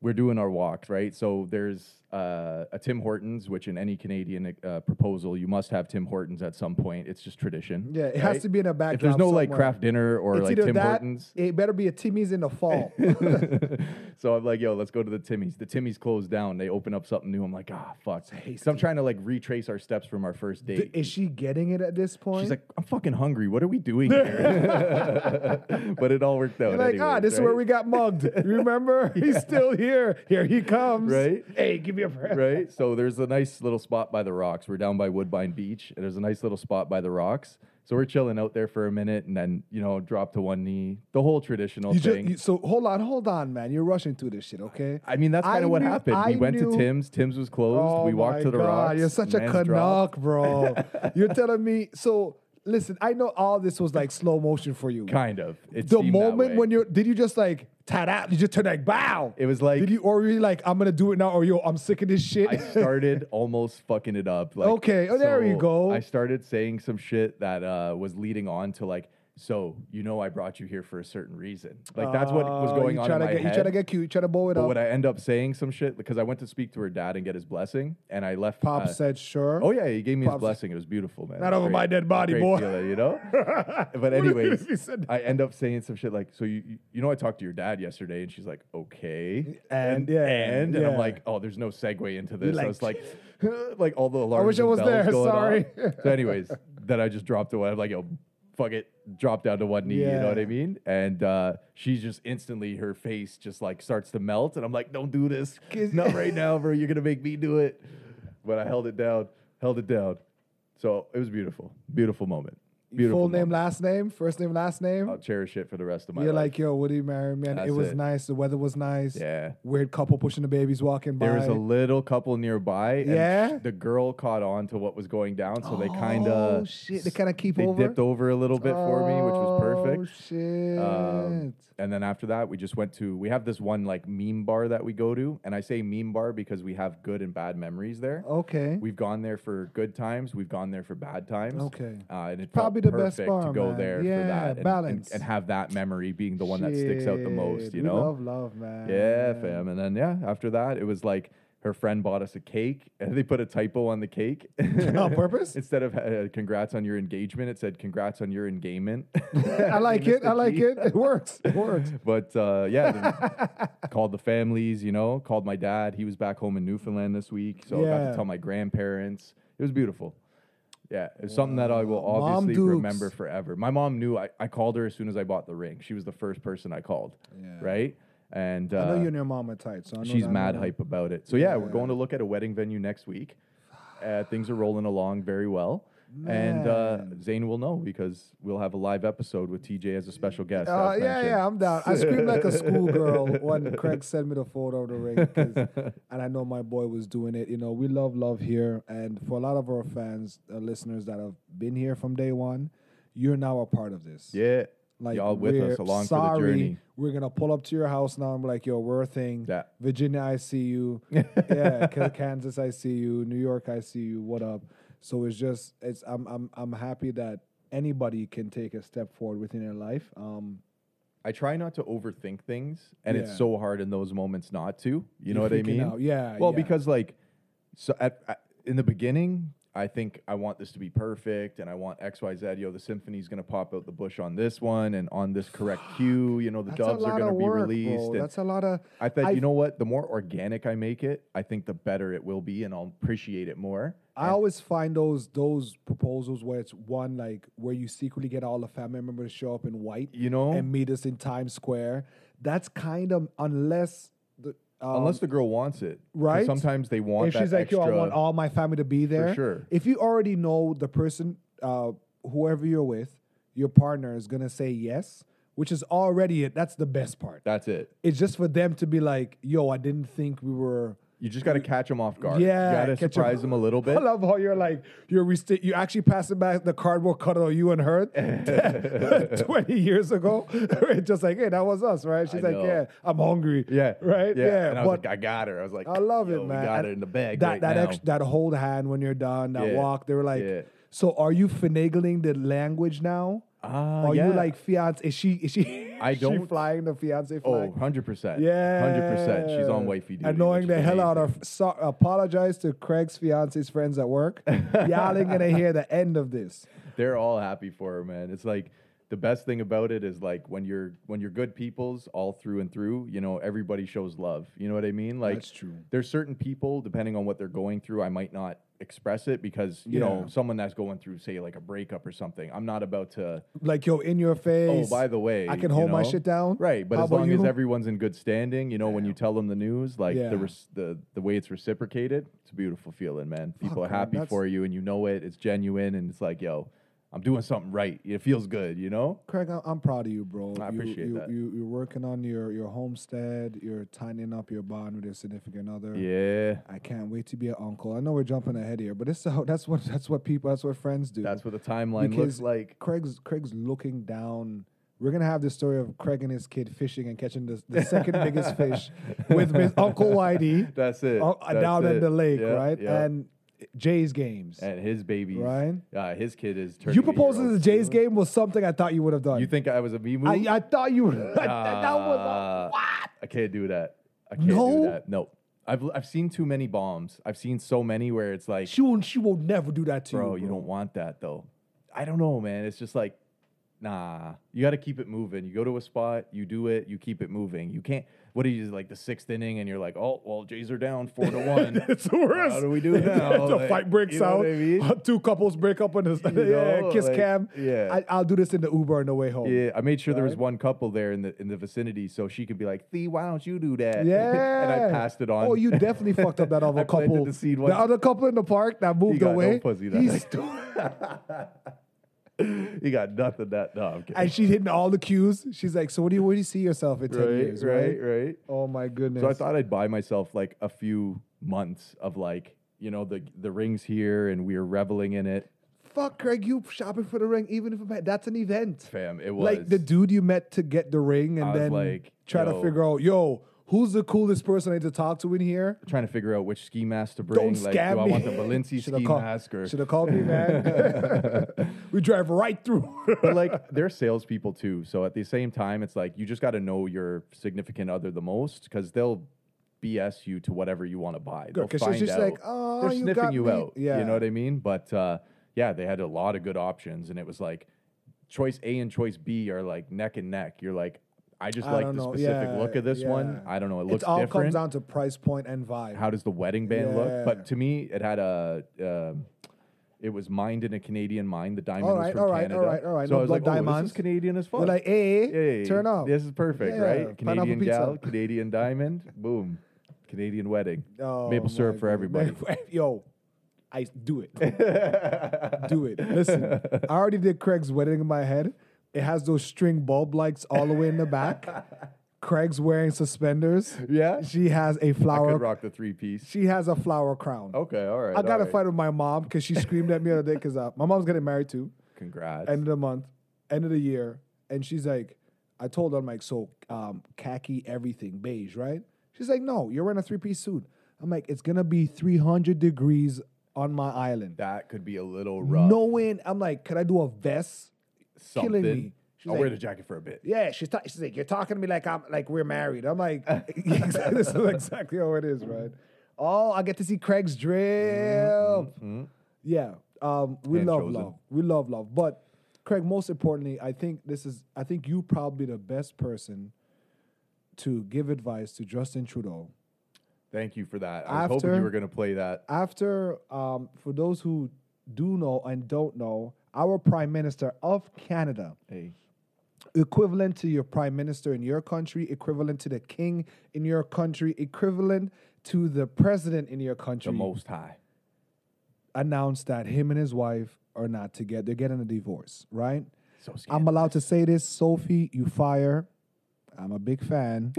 S2: we're doing our walks, right? So there's uh, a Tim Hortons, which in any Canadian uh, proposal, you must have Tim Hortons at some point. It's just tradition.
S1: Yeah, it
S2: right?
S1: has to be in a background.
S2: If there's no like
S1: somewhere.
S2: craft dinner or
S1: It's
S2: like
S1: either
S2: Tim
S1: that.
S2: Hortons,
S1: It better be a Timmy's in the fall.
S2: *laughs* so I'm like, yo, let's go to the Timmy's. The Timmy's closed down. They open up something new. I'm like, ah, fuck. So I'm trying to like retrace our steps from our first date.
S1: Is she getting it at this point?
S2: She's like, I'm fucking hungry. What are
S1: *laughs*
S2: we doing here? *laughs* but it all worked out.
S1: You're like, ah,
S2: anyways,
S1: this is where
S2: right?
S1: we got
S2: *laughs*
S1: mugged. Remember? He's still here. Here he comes.
S2: Right?
S1: Hey, give me a breath.
S2: right? So there's a nice little spot by the rocks. We're down by Woodbine Beach, and there's a nice little spot by the rocks. So we're chilling out there for a minute, and then you know, drop to one knee, the whole traditional
S1: You just,
S2: thing.
S1: you- so hold on, hold on, man. You're rushing through this shit, okay?
S2: I mean, that's
S1: I
S2: kind of what
S1: knew-
S2: happened.
S1: I
S2: we went
S1: knew-
S2: to Tim's. Tim's was closed.
S1: Oh
S2: we walked
S1: my
S2: to the
S1: God,
S2: rocks.
S1: You're such a
S2: man's
S1: Canuck,
S2: drop. *laughs*
S1: bro. you're telling me. So listen, I know all this was like slow motion for you.
S2: Kind of. It
S1: the
S2: seemed that
S1: moment
S2: way.
S1: when you're, did you just like tat out? You just turn like bow.
S2: It was like-
S1: did you or were you like I'm gonna do it now or yo I'm sick of this shit.
S2: I started *laughs* almost fucking it up. Like,
S1: Okay, oh, there you
S2: so
S1: go.
S2: I started saying some shit that uh, was leading on to like, so you know, I brought you here for a certain reason. Like that's what was
S1: Uh,
S2: going
S1: you
S2: on
S1: try
S2: in
S1: to
S2: my
S1: get,
S2: head.
S1: You try to get cute. You try to bow it
S2: but
S1: up.
S2: would I end up saying some shit? Because I went to speak to her dad and get his blessing, and I left.
S1: Pop
S2: uh,
S1: said sure.
S2: Oh yeah, he gave me his
S1: Pops-
S2: blessing. It was beautiful, man.
S1: Not
S2: It was
S1: over my dead body,
S2: great
S1: boy.
S2: feeling, you
S1: *laughs*
S2: know. but
S1: if
S2: anyways,
S1: he said
S2: I end up saying some shit like, "So you you- you know I talked to your dad yesterday," and she's like, "Okay,"
S1: And- yeah,
S2: and, and I'm
S1: yeah.
S2: like, "Oh, there's no segue into this." I
S1: like-
S2: was like, *laughs* like all the alarms.
S1: wish I
S2: and
S1: was
S2: bells
S1: there,
S2: going
S1: sorry.
S2: off. so anyways, then I just dropped away. I'm like, "Yo, fuck it." Drop down to one knee, you know
S1: Yeah.
S2: what I mean? And uh, she's just instantly, her face just like starts to melt. And I'm like, don't do this.
S1: *laughs*
S2: Not right now, bro. You're going to make me do it. But I held it down, held it down. So it was beautiful. Beautiful moment. Beautiful
S1: Full name,
S2: moment.
S1: last name, first name, last name.
S2: I'll cherish it for the rest of my
S1: You're
S2: life.
S1: like, yo, would you marry me? And
S2: That's
S1: it was
S2: it.
S1: nice. The weather was nice.
S2: yeah.
S1: Weird couple pushing the babies walking by.
S2: There was a little couple nearby. And
S1: Yeah?
S2: sh- the girl caught on to what was going down. So they
S1: Oh,
S2: kind of.
S1: shit, they kinda keep
S2: They
S1: over?
S2: dipped over a little bit for me, which was perfect.
S1: Oh shit.
S2: Um, and then after that, we just went to we have this one like meme bar that we go to, and I say meme bar because we have good and bad memories there.
S1: Oh. okay.
S2: We've gone there for good times. We've gone there for bad times.
S1: Okay.
S2: uh, and it's
S1: Probably the best bar,
S2: to go
S1: man.
S2: there for
S1: Yeah,
S2: that and- and,
S1: balance.
S2: and, have that memory being the one that sticks out the most.
S1: Shit,
S2: You
S1: we
S2: know,
S1: Love, love, man.
S2: yeah, fam. And then yeah, after that, it was like her friend bought us a cake, *laughs* and they put a typo on the cake
S1: *laughs* On purpose?
S2: *laughs* Instead of uh, "Congrats on your engagement," it said "Congrats on your engagement."
S1: *laughs*
S2: *laughs*
S1: I like it. I
S2: Mr.
S1: like
S2: G.
S1: it. It works. It works.
S2: But uh, yeah,
S1: *laughs*
S2: then called the families, you know, called my dad. He was back home in Newfoundland this week, so I got
S1: Yeah.
S2: to tell my grandparents. It was beautiful. Yeah, it's something that I will obviously
S1: Dukes.
S2: remember forever. My mom knew I, I called her as soon as I bought the ring. She was the first person I called,
S1: Yeah.
S2: right? And uh,
S1: I know you and your mom are tight, so I know
S2: she's
S1: that- I
S2: mad
S1: know.
S2: hype about it. So yeah, we're going to look at a wedding venue next week. Uh, things are rolling along very well. And uh, Zane will know because we'll have a live episode with TJ as a special guest.
S1: Uh,
S2: as
S1: yeah,
S2: mentioned.
S1: yeah, I'm down. I screamed like a
S2: *laughs*
S1: schoolgirl when Craig sent me the photo of the ring, 'cause- and I know my boy was doing it. You know, we love love here, and for a lot of our fans, uh, listeners that have been here from day one, you're now a part of this.
S2: Yeah.
S1: Like
S2: Y'all with us
S1: we're
S2: along
S1: sorry,
S2: for the journey.
S1: We're gonna pull up to your house now. I'm like, yo, we're a thing.
S2: Yeah. *laughs*
S1: Virginia, I see you. yeah, K- Kansas, I see you. New York, I see you. What up? So it's just it's I'm I'm I'm happy that anybody can take a step forward within their life. Um,
S2: I try not to overthink things, and it's
S1: Yeah.
S2: so hard in those moments not to. You
S1: you're
S2: know what I
S1: freaking
S2: mean?
S1: out. Yeah.
S2: Well,
S1: yeah.
S2: because like, so at, at, in the beginning, I think I want this to be perfect, and I want X, Y, Z. Yo, the symphony's gonna pop out the bush on this one, and on this correct cue, you know, the
S1: That's a
S2: doves are
S1: lot
S2: gonna
S1: of
S2: be
S1: work,
S2: released.
S1: Bro.
S2: and
S1: That's a lot of
S2: I think
S1: I've-
S2: you know what? The more organic I make it, I think the better it will be, and I'll appreciate it more.
S1: I always find those those proposals where it's one like where you secretly get all the family members to show up in white
S2: You know,
S1: and meet us in Times Square. That's kind of unless the um,
S2: unless the girl wants it, 'Cause
S1: right?
S2: Sometimes they want
S1: if
S2: that
S1: she's like,
S2: extra.
S1: "Yo, I want all my family to be there."
S2: sure.
S1: If you already know the person, uh, whoever you're with, your partner is gonna say yes, which is already it. That's the best part.
S2: that's it.
S1: It's just for them to be like, "Yo, I didn't think we were."
S2: You just got to catch them off guard.
S1: Yeah,
S2: you got to
S1: catch 'em-
S2: surprise them a little bit.
S1: I love how you're like you're resti- you actually passing back the cardboard cutout you and her *laughs* twenty years ago. *laughs* It's just like, hey, that was us, right? She's
S2: I
S1: like,
S2: know.
S1: yeah, I'm hungry,
S2: Yeah.
S1: right,
S2: Yeah. And I was
S1: but
S2: like, I got her. I was like,
S1: I love
S2: "Yo,
S1: it, man.
S2: We got
S1: And
S2: her in the bag.
S1: That
S2: right
S1: that
S2: now.
S1: that hold hand when you're done, that
S2: Yeah.
S1: walk. They were like,
S2: Yeah.
S1: so are you finagling the language now?
S2: Ah,
S1: are
S2: yeah.
S1: Oh, you like fiance? Is she is she?
S2: I
S1: is she
S2: don't-
S1: flying the fiance flag.
S2: Oh, 100%.
S1: Yeah,
S2: 100%. She's on wifey duty.
S1: Annoying
S2: which
S1: the
S2: is
S1: hell out
S2: amazing.
S1: of. So, apologize to Craig's fiance's friends at work.
S2: *laughs*
S1: Y'all ain't gonna hear the end of this.
S2: They're all happy for her, man. It's like the best thing about it is like when you're when you're good peoples all through and through, you know, everybody shows love. You know what I mean? Like
S1: That's true.
S2: There's certain people depending on what they're going through, I might not express it because, you know,
S1: Yeah.
S2: someone that's going through say like a breakup or something, I'm not about to
S1: Like yo, in your face.
S2: Oh, by the way,
S1: I can
S2: you
S1: hold my
S2: know?
S1: shit down.
S2: Right, but
S1: How
S2: as
S1: about
S2: long as
S1: you?
S2: everyone's in good standing, you know, when you tell them the news, like
S1: Yeah.
S2: the, res- the the way it's reciprocated, it's a beautiful feeling, man. People
S1: Fuck,
S2: are
S1: man,
S2: happy
S1: that's-
S2: for you, and you know it. It's genuine, and it's like, yo, I'm doing something right. It feels good, you know.
S1: Craig, I- I'm proud of you, bro.
S2: I
S1: You-
S2: appreciate
S1: you,
S2: that.
S1: You, you're working on your, your homestead. You're tightening up your bond with your significant other.
S2: Yeah,
S1: I can't wait to be an uncle. I know we're jumping ahead here, but it's how, that's what that's what people that's what friends do.
S2: that's what the timeline
S1: Because-
S2: looks like.
S1: Craig's Craig's looking down. We're gonna have the story of Craig and his kid fishing and catching the, the second
S2: *laughs*
S1: biggest fish with Miss Uncle Whitey
S2: That's it.
S1: uh,
S2: That's
S1: down
S2: it.
S1: at the lake,
S2: Yeah,
S1: right?
S2: yeah.
S1: And Jay's games.
S2: and his baby,
S1: Right?
S2: Uh, his kid is turning.
S1: you
S2: a year
S1: proposing
S2: old
S1: to Jay's
S2: soon.
S1: game was something I thought you would have done.
S2: You think I was a me move?
S1: I, I thought you would. *laughs* that was a,
S2: Uh,
S1: what?
S2: I can't do that. I can't
S1: No?
S2: do that. No. I've I've seen too many bombs. I've seen so many where it's like,
S1: She will. She will never do that to
S2: bro,
S1: you.
S2: you don't want that though. I don't know, man. It's just like, nah. You got to keep it moving. You go to a spot, you do it, you keep it moving. You can't. What are you like the sixth inning and you're like, oh well, Jays are down four to one.
S1: *laughs* It's the worst.
S2: How do
S1: *laughs*
S2: we do now?
S1: the
S2: Like,
S1: fight breaks
S2: you know
S1: out.
S2: what I mean?
S1: *laughs* Two couples break up on this.
S2: You
S1: *laughs* yeah,
S2: know,
S1: kiss
S2: like,
S1: cam.
S2: yeah.
S1: I, I'll do this in the Uber on the way home.
S2: Yeah, I made sure there was
S1: Right.
S2: one couple there in the in the vicinity, so she could be like, "Thee, why don't you do that?" *laughs* and
S1: Yeah.
S2: I passed it on.
S1: Oh, you definitely fucked up that other
S2: I planted
S1: couple.
S2: the seed once.
S1: other couple in the park that moved
S2: got no
S1: away.
S2: pussy that
S1: he's
S2: night.
S1: stu-
S2: *laughs* you got nothing that. No, I'm
S1: *laughs*
S2: kidding.
S1: and she's hitting all the cues. She's like, "So what do you where do you see yourself in ten
S2: right,
S1: years?"
S2: right, right.
S1: Oh my goodness.
S2: So I thought I'd buy myself like a few months of like, you know, the the rings here, and we are reveling in it,
S1: Fuck, Craig, you shopping for the ring, even if it- that's an event.
S2: fam. It was
S1: Like the dude you met to get the ring, and
S2: was
S1: then
S2: like,
S1: try to
S2: yo.
S1: figure out, yo, who's the coolest person I need to talk to in here?
S2: trying to figure out which ski mask to bring.
S1: Don't
S2: like,
S1: scam
S2: do I
S1: me.
S2: want the
S1: *laughs*
S2: Balenci
S1: Shoulda
S2: ski
S1: called-
S2: mask or?
S1: Shoulda called me,
S2: *laughs*
S1: man. *laughs* we drive right through.
S2: but like they're salespeople too. So at the same time, it's like you just got to know your significant other the most because they'll BS you to whatever you want to buy. They'll
S1: 'cause she's
S2: find
S1: just
S2: out.
S1: like, "Oh,
S2: they're
S1: you
S2: sniffing
S1: got
S2: you
S1: me."
S2: out.
S1: Yeah.
S2: you know what I mean. But uh, yeah, they had a lot of good options, and it was like choice A and choice B are like neck and neck. You're like, I just
S1: I
S2: like
S1: don't
S2: the
S1: know.
S2: specific
S1: Yeah,
S2: look of this one.
S1: yeah.
S2: I don't know. It
S1: It
S2: looks
S1: all
S2: different.
S1: comes down to price point and vibe.
S2: How does the wedding band look?
S1: Yeah.
S2: But to me, it had a. um it was mined in a Canadian mine. The diamond
S1: All
S2: was
S1: right,
S2: from
S1: all right, all
S2: Canada.
S1: right, all right.
S2: So
S1: No
S2: I was like,
S1: blood
S2: oh, this
S1: diamonds.
S2: is Canadian as fuck.
S1: We're like, hey,
S2: Hey,
S1: turn up.
S2: This is perfect,
S1: Yeah,
S2: right?
S1: pineapple
S2: Canadian
S1: pizza.
S2: gal, Canadian diamond, boom, Canadian wedding,
S1: Oh,
S2: maple
S1: my
S2: syrup for
S1: goodness. *laughs*
S2: everybody.
S1: Yo, I do it. *laughs* do it. Listen, I already did Craig's wedding in my head. It has those string bulb lights all the way in the
S2: *laughs*
S1: back. Craig's wearing suspenders.
S2: *laughs* Yeah?
S1: She has a
S2: Could
S1: flower.
S2: rock the three piece.
S1: She has a flower crown.
S2: Okay, all right.
S1: I got
S2: all
S1: to
S2: right.
S1: fight with my mom because she screamed at me the other day because uh, my mom's getting married too.
S2: Congrats.
S1: End of the month, end of the year, and she's like, I told her I'm like, so um, khaki everything beige, right? She's like, no, you're wearing a three piece suit. I'm like, it's gonna be 300 degrees on my island.
S2: That could be a little rough.
S1: Knowing, I'm like, could I do a vest? killing
S2: something.
S1: me. She's
S2: I'll wear
S1: like-
S2: the jacket for a bit.
S1: Yeah, she's ta- she's like, you're talking to me like I'm like we're married. I'm like, *laughs* this is *laughs* exactly how it is, right? Oh, I get to see Craig's drill. Yeah, um, we
S2: And
S1: love
S2: Chosen.
S1: love. We love love. But Craig, most importantly, I think this is. I think you probably the best person to give advice to Justin Trudeau
S2: Thank you for that. I was hoping
S1: After-
S2: you were going to play that.
S1: after um, for those who do know and don't know, our Prime Minister of Canada.
S2: Hey,
S1: equivalent to your prime minister in your country, equivalent to the king in your country, equivalent to the president in your
S2: the
S1: country,
S2: Most High.
S1: announced that him and his wife are not together. They're getting a divorce, right?
S2: So scared.
S1: I'm allowed to say this, Sophie, you fire. I'm a big fan.
S2: *laughs*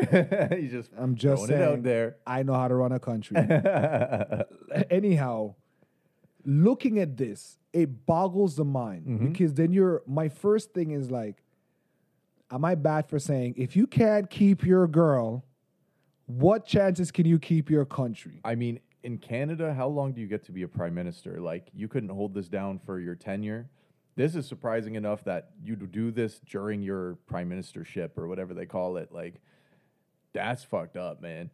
S2: He's just
S1: I'm just
S2: throwing it
S1: saying
S2: out there.
S1: I know how to run a country. *laughs* Anyhow, looking at this, it boggles the mind because then you're my first thing is like, am I bad for saying if you can't keep your girl, what chances can you keep your country?
S2: I mean, in Canada, how long do you get to be a prime minister? Like, you couldn't hold this down for your tenure. This is surprising enough that you d- do this during your prime ministership or whatever they call it. Like, that's fucked up, man.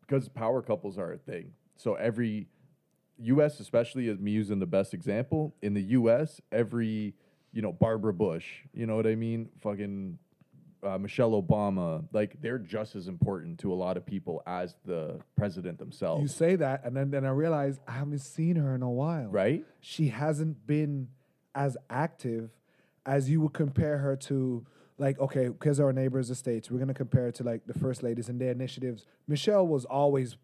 S2: Because power couples are a thing. So every U.S. especially is me using the best example. In the U.S., every you know Barbara Bush, you know what I mean, fucking uh, Michelle Obama, like they're just as important to a lot of people as the president themselves.
S1: You say that, and then, then I realize I haven't seen her in a while.
S2: right?
S1: She hasn't been as active as you would compare her to, like, okay, because our neighbors, the states, we're going to compare her to, like, the first ladies and their initiatives. Michelle was always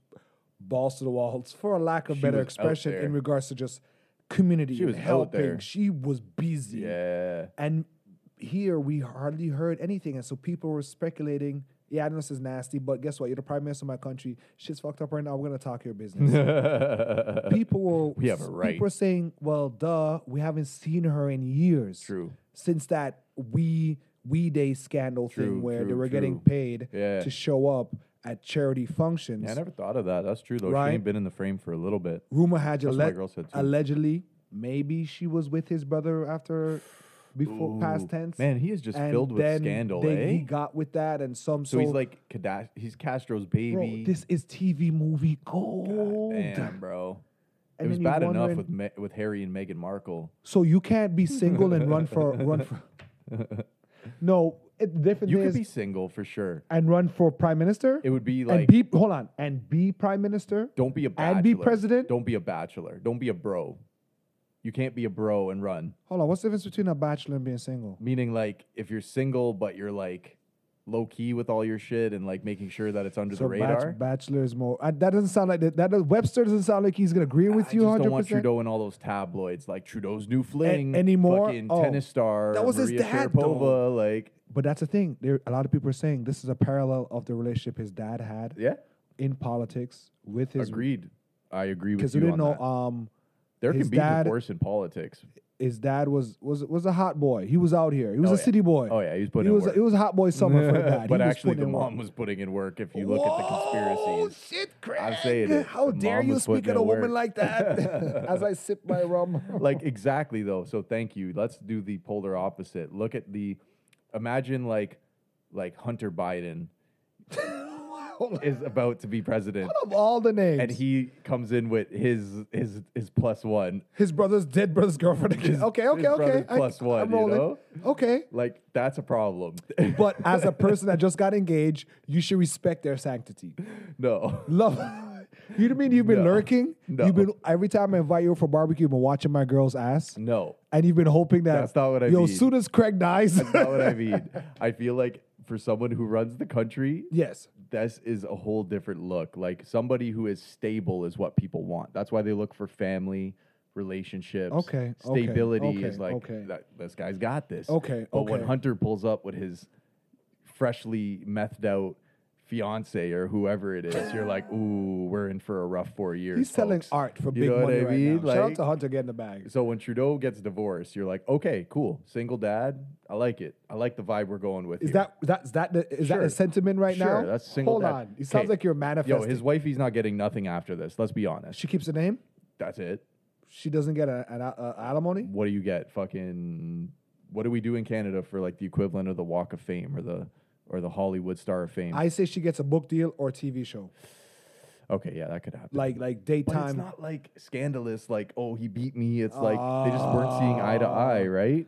S1: balls to the walls, for a lack of
S2: She
S1: better
S2: was out
S1: expression,
S2: there.
S1: in regards to just community.
S2: She was out
S1: helping.
S2: there.
S1: She was busy.
S2: Yeah.
S1: And here we hardly heard anything. And so people were speculating, yeah, I know this is nasty, but guess what? You're the prime minister of my country. Shit's fucked up right now. We're going to talk your business people were
S2: Uh, We have a right.
S1: People were saying, "Well, duh, we haven't seen her in years.
S2: *laughs* True.
S1: Since that we we day scandal
S2: True,
S1: thing where they
S2: true,
S1: were getting
S2: true.
S1: paid
S2: Yeah.
S1: to show up at charity functions.
S2: Yeah, I never thought of that. That's true though.
S1: Right?
S2: She ain't been in the frame for a little bit.
S1: Rumor had you
S2: That's what my girl said, too.
S1: allegedly maybe she was with his brother after before past
S2: Ooh.
S1: tense.
S2: Man, he is just
S1: and
S2: filled with
S1: then
S2: scandal,
S1: they-
S2: eh?
S1: He got with that and some
S2: so, he's like Kadas- he's Castro's baby.
S1: Bro, this is TV movie gold.
S2: Damn, bro.
S1: And
S2: it was
S1: then you're
S2: bad enough
S1: wondering-
S2: with Ma- with Harry and Meghan Markle.
S1: So you can't be single and run for
S2: *laughs*
S1: run for. No, it, different
S2: You
S1: thing
S2: could
S1: is
S2: be single for sure.
S1: and run for prime minister.
S2: It would be
S1: and
S2: like
S1: be hold on and be prime minister.
S2: don't be a bachelor.
S1: and be president?
S2: Don't be a bachelor. Don't be a bro. You can't be a bro and run.
S1: Hold on, what's the difference between a bachelor and being single?
S2: Meaning like if you're single but you're like low key with all your shit and like making sure that it's under the
S1: bach-
S2: radar.
S1: bachelor is more. I, that doesn't sound like that. that does, Webster doesn't sound like he's gonna agree with you.
S2: I just
S1: 100%.
S2: don't want Trudeau in all those tabloids like Trudeau's new fling
S1: anymore?
S2: fucking
S1: Oh.
S2: tennis star.
S1: That was his
S2: Maria
S1: dad,
S2: Sharapova,
S1: though.
S2: Like
S1: But that's the thing. There, a lot of people are saying this is a parallel of the relationship his dad had
S2: yeah,
S1: in politics with his
S2: agreed. I agree with
S1: because
S2: you
S1: we
S2: on
S1: didn't know.
S2: that.
S1: Um,
S2: there can
S1: his
S2: be
S1: dad-
S2: divorce in politics.
S1: his dad was was was a hot boy. He was out here. He was
S2: Oh,
S1: a
S2: yeah.
S1: city boy.
S2: Oh yeah, he's putting
S1: It
S2: in
S1: was
S2: work.
S1: it was hot boy summer
S2: *laughs*
S1: for the dad. He
S2: but
S1: was
S2: actually,
S1: putting
S2: the
S1: in work.
S2: mom was putting in work. If you look at the conspiracies,
S1: Oh shit, Craig!
S2: I'm saying it.
S1: *laughs* How
S2: The
S1: dare
S2: mom
S1: you
S2: was
S1: speak
S2: putting
S1: at a
S2: in
S1: woman
S2: work.
S1: like that? As I sip my rum,
S2: *laughs* like exactly though. So thank you. Let's do the polar opposite. Look at the imagine like like Hunter Biden is about to be president.
S1: of all the names,
S2: And he comes in with his his his plus one.
S1: his brother's dead brother's girlfriend. again.
S2: *laughs* His-
S1: okay, okay,
S2: his
S1: okay.
S2: brother's plus one,
S1: I'm
S2: you
S1: rolling.
S2: know?
S1: Okay,
S2: Like that's a problem.
S1: but as a person that just got engaged, you should respect their sanctity.
S2: *laughs* no.
S1: Love. *laughs* You know what I mean? You've been
S2: No.
S1: lurking.
S2: No.
S1: You've been every time I invite you over for barbecue, you've been watching my girl's ass.
S2: No.
S1: and you've been hoping that
S2: That's not what I
S1: yo,
S2: mean.
S1: as soon as Craig dies,
S2: Not what *laughs* I mean. I feel like for someone who runs the country,
S1: yes,
S2: this is a whole different look. Like somebody who is stable is what people want. That's why they look for family, relationships.
S1: Okay, okay,
S2: Stability is
S1: okay,
S2: like
S1: okay.
S2: that, this guy's got this.
S1: Okay,
S2: But when
S1: okay.
S2: Hunter pulls up with his freshly methed out fiance or whoever it is, you're like, ooh, we're in for a rough four years.
S1: he's selling
S2: folks."
S1: art for
S2: You
S1: big
S2: know what
S1: money
S2: I
S1: right
S2: mean?
S1: now. Shout out
S2: Like-
S1: to Hunter getting the bag.
S2: So when Trudeau gets divorced, you're like, okay, cool, single dad. I like it. I like the vibe we're going with.
S1: Is
S2: here.
S1: that that's that the, is that
S2: Sure.
S1: the sentiment right now?
S2: Sure, that's single
S1: Hold
S2: dad.
S1: on, it sounds
S2: Okay.
S1: like you're
S2: yo?
S1: manifesting.
S2: His wife, he's not getting nothing after this. Let's be honest.
S1: she keeps the name.
S2: That's it.
S1: she doesn't get a- an a- a- alimony.
S2: What do you get? Fucking. What do we do in Canada for like the equivalent of the Walk of Fame or the or the Hollywood Star of Fame?
S1: I say she gets a book deal or TV show,
S2: okay, yeah, that could happen.
S1: like like
S2: But it's
S1: daytime.
S2: not like scandalous, like, oh, he beat me. It's like they just weren't seeing eye to
S1: Ah.
S2: eye, right?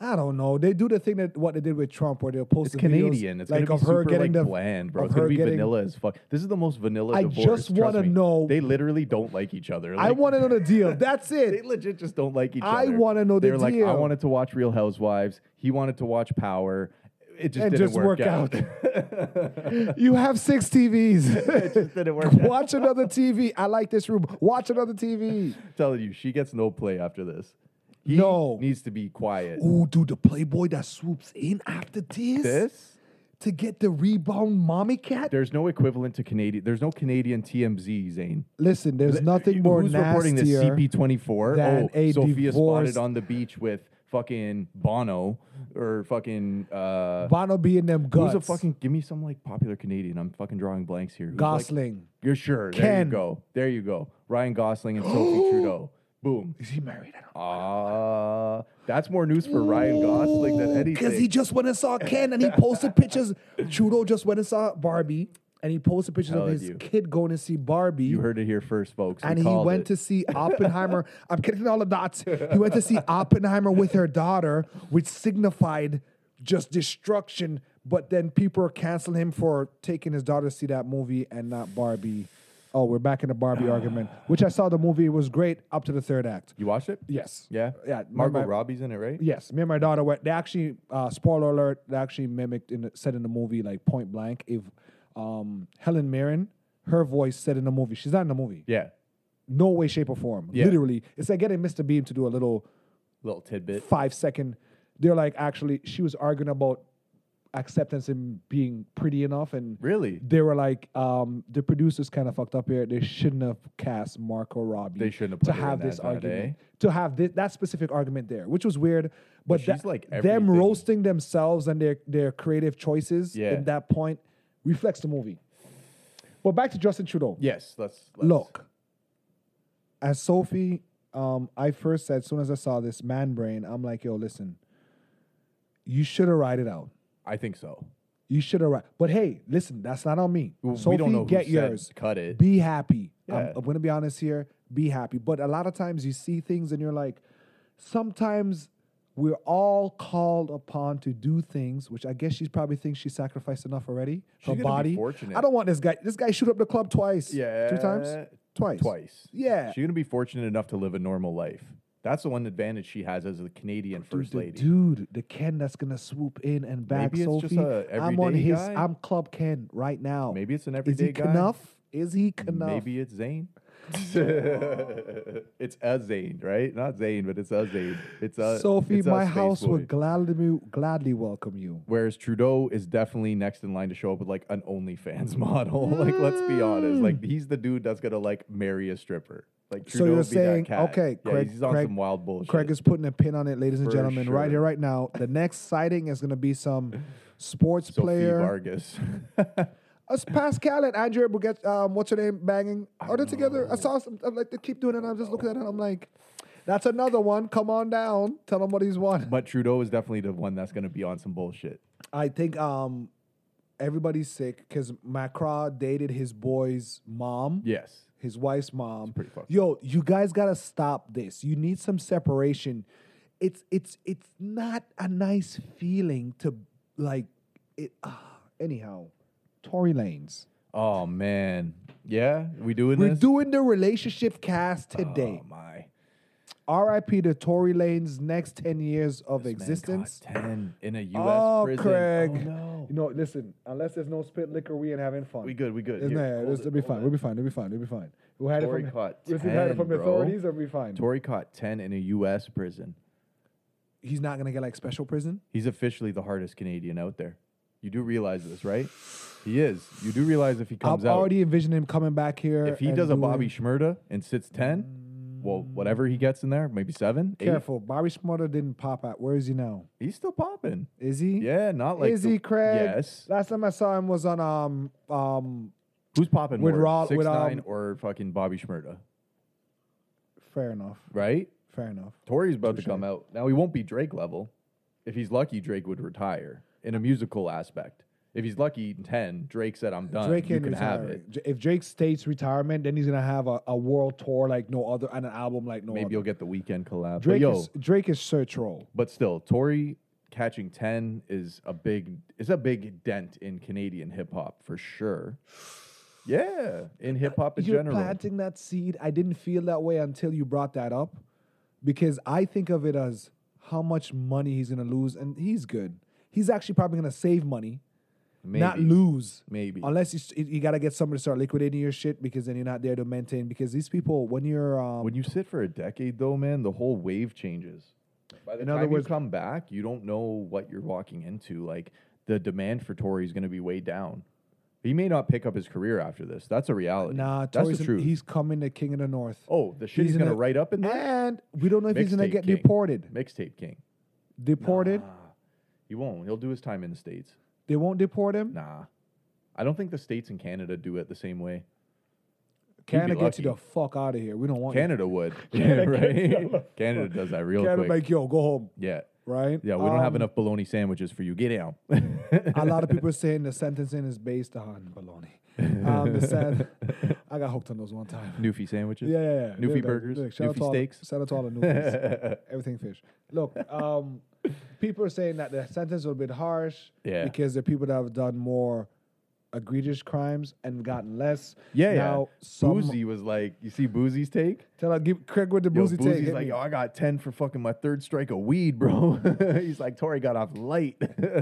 S1: I don't know. They do the thing that what they did with Trump, where they'll post
S2: It's
S1: the videos,
S2: Canadian. It's
S1: like
S2: gonna
S1: of
S2: be
S1: her
S2: super
S1: getting the
S2: like bland, bro.
S1: of
S2: It's gonna
S1: her
S2: be
S1: getting-
S2: vanilla as fuck. This is the most vanilla
S1: I
S2: divorce.
S1: just
S2: trust
S1: wanna
S2: me.
S1: know-
S2: They literally don't like each other.
S1: I
S2: Like,
S1: want to know the deal. That's
S2: *laughs* They
S1: it.
S2: legit just don't like each
S1: I
S2: other.
S1: wanna know the
S2: They're like, I
S1: deal.
S2: wanted to watch Real Housewives. He wanted to watch Power. It just
S1: And
S2: didn't
S1: just
S2: work,
S1: work
S2: out.
S1: You have six TVs.
S2: *laughs*
S1: *laughs*
S2: it just didn't work out.
S1: Watch another TV. I like this room. Watch another TV.
S2: I'm telling you, she gets no play after this. He
S1: No.
S2: needs to be quiet.
S1: Ooh, dude, the Playboy that swoops in after this,
S2: This.
S1: to get the rebound, mommy cat.
S2: There's no equivalent to Canadian. There's no Canadian TMZ, Zane.
S1: Listen, there's nothing more
S2: Who's reporting this?
S1: nastier.
S2: CP24.
S1: than
S2: Oh,
S1: a
S2: Sophia
S1: divorce.
S2: spotted on the beach with fucking Bono or fucking uh,
S1: Bono being them guts.
S2: who's a fucking give me some like popular Canadian. I'm fucking drawing blanks here. Who's, like-
S1: Gosling?
S2: you're sure. There
S1: Ken.
S2: you go. There you go. Ryan Gosling and
S1: *gasps*
S2: Sophie Trudeau. Boom.
S1: Is he married? I don't
S2: Ah, that's more news for Ryan Gosling than anything.
S1: Because he just went and saw Ken and he
S2: *laughs*
S1: posted pictures. Trudeau just went and saw Barbie and he posted pictures of
S2: Telling
S1: his
S2: you.
S1: kid going to see Barbie.
S2: you heard it here first, folks. We
S1: and he
S2: called
S1: went
S2: it.
S1: to
S2: *laughs*
S1: see Oppenheimer. I'm connecting all the dots. He went to see Oppenheimer with her daughter, which signified just destruction. But then people are canceling him for taking his daughter to see that movie and not Barbie. Oh, we're back in the
S2: Ah.
S1: Barbie argument, which I saw the movie. It was great up to the third act.
S2: You watched it?
S1: Yes.
S2: Yeah.
S1: Yeah, my-
S2: Margot
S1: my-
S2: Robbie's in it, right?
S1: Yes, me and my daughter went. They actually, uh, spoiler alert, they actually mimicked in the, said in the movie like point blank if um, Helen Mirren, her voice said in the movie. She's not in the movie.
S2: Yeah.
S1: No way, shape, or form.
S2: Yeah.
S1: Literally, it's like getting Mr. Beam to do a little
S2: Little tidbit.
S1: five second. They're like, actually, she was arguing about acceptance and being pretty enough, and
S2: Really?
S1: they were like, um, the producers kind of fucked up here. They shouldn't have cast Marco Robbie.
S2: They shouldn't have
S1: to
S2: put her in
S1: have
S2: that eh?
S1: this
S2: not,
S1: argument. To have this, that specific argument there, which was weird. But
S2: she's
S1: that-
S2: like
S1: them
S2: everything.
S1: roasting themselves and their their creative choices
S2: Yeah.
S1: in that point reflects the movie. But back to Justin Trudeau.
S2: Yes. Let's, let's
S1: Look, as Sophie, um, I first said, as soon as I saw this man brain, I'm like, yo, listen, you should have ride it out.
S2: I think so.
S1: You should have ride. But hey, listen, that's not on me.
S2: Well,
S1: Sophie,
S2: we don't know who
S1: get
S2: said
S1: yours.
S2: cut it.
S1: Be happy. I'm,
S2: Yeah.
S1: I'm going to be honest here. Be happy. But a lot of times you see things and you're like, sometimes we're all called upon to do things, which I guess she probably thinks she sacrificed enough already.
S2: She's
S1: her
S2: gonna be
S1: body.
S2: fortunate.
S1: I don't want this guy. This guy shoot up the club twice. Two
S2: Yeah.
S1: times? Twice.
S2: Twice.
S1: Yeah.
S2: She's gonna be fortunate enough to live a normal life. That's the one advantage she has as a Canadian first
S1: the
S2: lady.
S1: dude, the Ken that's gonna swoop in and back
S2: Maybe it's
S1: Sophie.
S2: just a
S1: I'm on
S2: everyday
S1: his.
S2: guy.
S1: I'm Club Ken right now.
S2: Maybe it's an
S1: is he
S2: everyday guy.
S1: enough? Is he enough?
S2: Maybe
S1: *laughs*
S2: it's Zane. *laughs* it's a Zane, right? Not Zane, but it's a Zane. It's a
S1: Sophie,
S2: it's a
S1: my
S2: space
S1: house
S2: boy.
S1: would gladly gladly welcome you.
S2: Whereas Trudeau is definitely next in line to show up with like an OnlyFans *laughs* model. like, let's be honest. Like, he's the dude that's gonna like marry a stripper.
S1: Hmm.
S2: Like,
S1: So
S2: Trudeau
S1: you're
S2: would be that
S1: saying,
S2: cat.
S1: okay,
S2: yeah,
S1: Craig-
S2: he's on
S1: Craig-
S2: some wild bullshit.
S1: Craig is putting a pin on it, ladies and
S2: For
S1: gentlemen, right
S2: sure.
S1: here, right now. The next sighting is gonna be *laughs* some sports
S2: Sophie
S1: player.
S2: Vargas. *laughs*
S1: Us Pascal and Andrea Buget, um, what's her name, banging. Are they together? I saw some. I'm like, they keep doing it. And I'm just looking at it. I'm *sighs* like, that's another one. Come on down. Tell him what he's won.
S2: but Trudeau is definitely the one that's gonna be on some bullshit.
S1: I think um everybody's sick because Macra dated his boy's mom,
S2: Yes.
S1: his wife's mom.
S2: pretty fucked
S1: Yo, you guys gotta stop this. You need some separation. It's it's it's not a nice feeling to like it. Uh, anyhow, Tory Lanes.
S2: Oh man. Yeah, we doing
S1: We're
S2: this.
S1: doing the relationship cast today.
S2: Oh my.
S1: R.I.P. to Tory Lanes' next ten years of existence.
S2: Existence. Ten in a U.S.
S1: Oh,
S2: prison.
S1: Craig.
S2: Oh, no.
S1: You know, listen. Unless there's no spit liquor, we ain't having fun.
S2: We good. We good.
S1: Isn't
S2: Here,
S1: there?
S2: hold
S1: This,
S2: it,
S1: it'll be
S2: hold
S1: fine.
S2: it.
S1: We'll be fine. It'll be fine. It'll be fine. We had
S2: Tory
S1: it from,
S2: caught
S1: the- if we had it
S2: 10,
S1: from the
S2: bro.
S1: authorities, or we fine.
S2: Tory caught ten in a U.S. prison.
S1: He's not gonna get like special prison.
S2: He's officially the hardest Canadian out there. You do realize this, right? He is. You do realize if he comes
S1: I'm
S2: out,
S1: already envisioning him coming back here.
S2: if he
S1: and
S2: does a
S1: doing-
S2: Bobby Schmurda and sits ten, well, whatever he gets in there, maybe seven, eight,
S1: careful, Bobby Schmurda didn't pop out. Where is he now?
S2: he's still popping.
S1: Is he?
S2: Yeah, not like
S1: is
S2: the-
S1: he Craig?
S2: Yes.
S1: Last time I saw him was on um um
S2: Who's popping
S1: With
S2: more,
S1: Rod-
S2: six
S1: with,
S2: nine
S1: um,
S2: or fucking Bobby Schmurda?
S1: Fair enough.
S2: right?
S1: Fair enough.
S2: Tori's about
S1: Touche.
S2: to come out. Now he won't be Drake level. If he's lucky, Drake would retire in a musical aspect. If he's lucky, ten. Drake said, "I'm done.
S1: Drake
S2: you
S1: can
S2: can have
S1: retire.
S2: it.
S1: J- If Drake states retirement, then he's gonna have a, a world tour like no other and an album like no
S2: Maybe
S1: other.
S2: you'll get the weekend collab."
S1: Drake
S2: but yo,
S1: is Drake is Sir Troll.
S2: but still, Tori catching ten is a big is a big dent in Canadian hip hop for sure. Yeah, in hip hop in
S1: You're
S2: general.
S1: planting that seed. I didn't feel that way until you brought that up, because I think of it as how much money he's gonna lose, and he's good. He's actually probably gonna save money,
S2: maybe,
S1: not lose.
S2: maybe.
S1: Unless you, st- you got to get somebody to start liquidating your shit because then you're not there to maintain. Because these people, when you're um,
S2: When you sit for a decade, though, man, the whole wave changes. By the
S1: In
S2: time
S1: other words-
S2: you come back, you don't know what you're walking into. Like the demand for Tory is going to be way down. He may not pick up his career after this. That's a reality.
S1: nah,
S2: that's
S1: Tory's
S2: the
S1: in-
S2: truth.
S1: he's coming to King of the North.
S2: oh, the shit
S1: he's
S2: he's,
S1: in
S2: going
S1: a- eh.
S2: to write up in there.
S1: And we don't know if he's gonna
S2: Mixtape
S1: get
S2: king.
S1: deported.
S2: Mixtape King.
S1: Deported?
S2: Nah, he won't. He'll do his time in the states.
S1: They won't deport him.
S2: Nah, I don't think the states and Canada do it the same way.
S1: Canada gets you the
S2: lucky.
S1: fuck out of here. We don't want you.
S2: Canada
S1: *laughs*
S2: would. Yeah,
S1: Canada gets the
S2: *laughs* right.
S1: fuck-
S2: Canada does that real
S1: Canada
S2: quick.
S1: like yo, go home,
S2: yeah.
S1: right?
S2: Yeah, we don't have
S1: Um,
S2: enough bologna sandwiches for you. Get out.
S1: a lot of people are saying the sentencing is based on baloney. Um, the sen- I got hooked on those one time.
S2: *laughs* Newfie sandwiches. *laughs*
S1: Yeah, yeah, yeah.
S2: Newfie
S1: Look,
S2: burgers,
S1: look, shout out
S2: Newfie
S1: to all the-
S2: steaks.
S1: Shout out to all the
S2: *laughs*
S1: Newfies. Everything fish. Look, um, people are saying that the sentence was a bit harsh
S2: Yeah.
S1: because the people that have done more egregious crimes and gotten less.
S2: Yeah,
S1: now,
S2: yeah.
S1: Some,
S2: Boozy was like, you see Boozy's take?
S1: Tell her, give Craig with the
S2: Yo,
S1: boozy take.
S2: Boozy's
S1: hit
S2: like,
S1: me.
S2: yo, I got 10 for fucking my third strike of weed, bro. *laughs* He's like, Tori got off light. *laughs*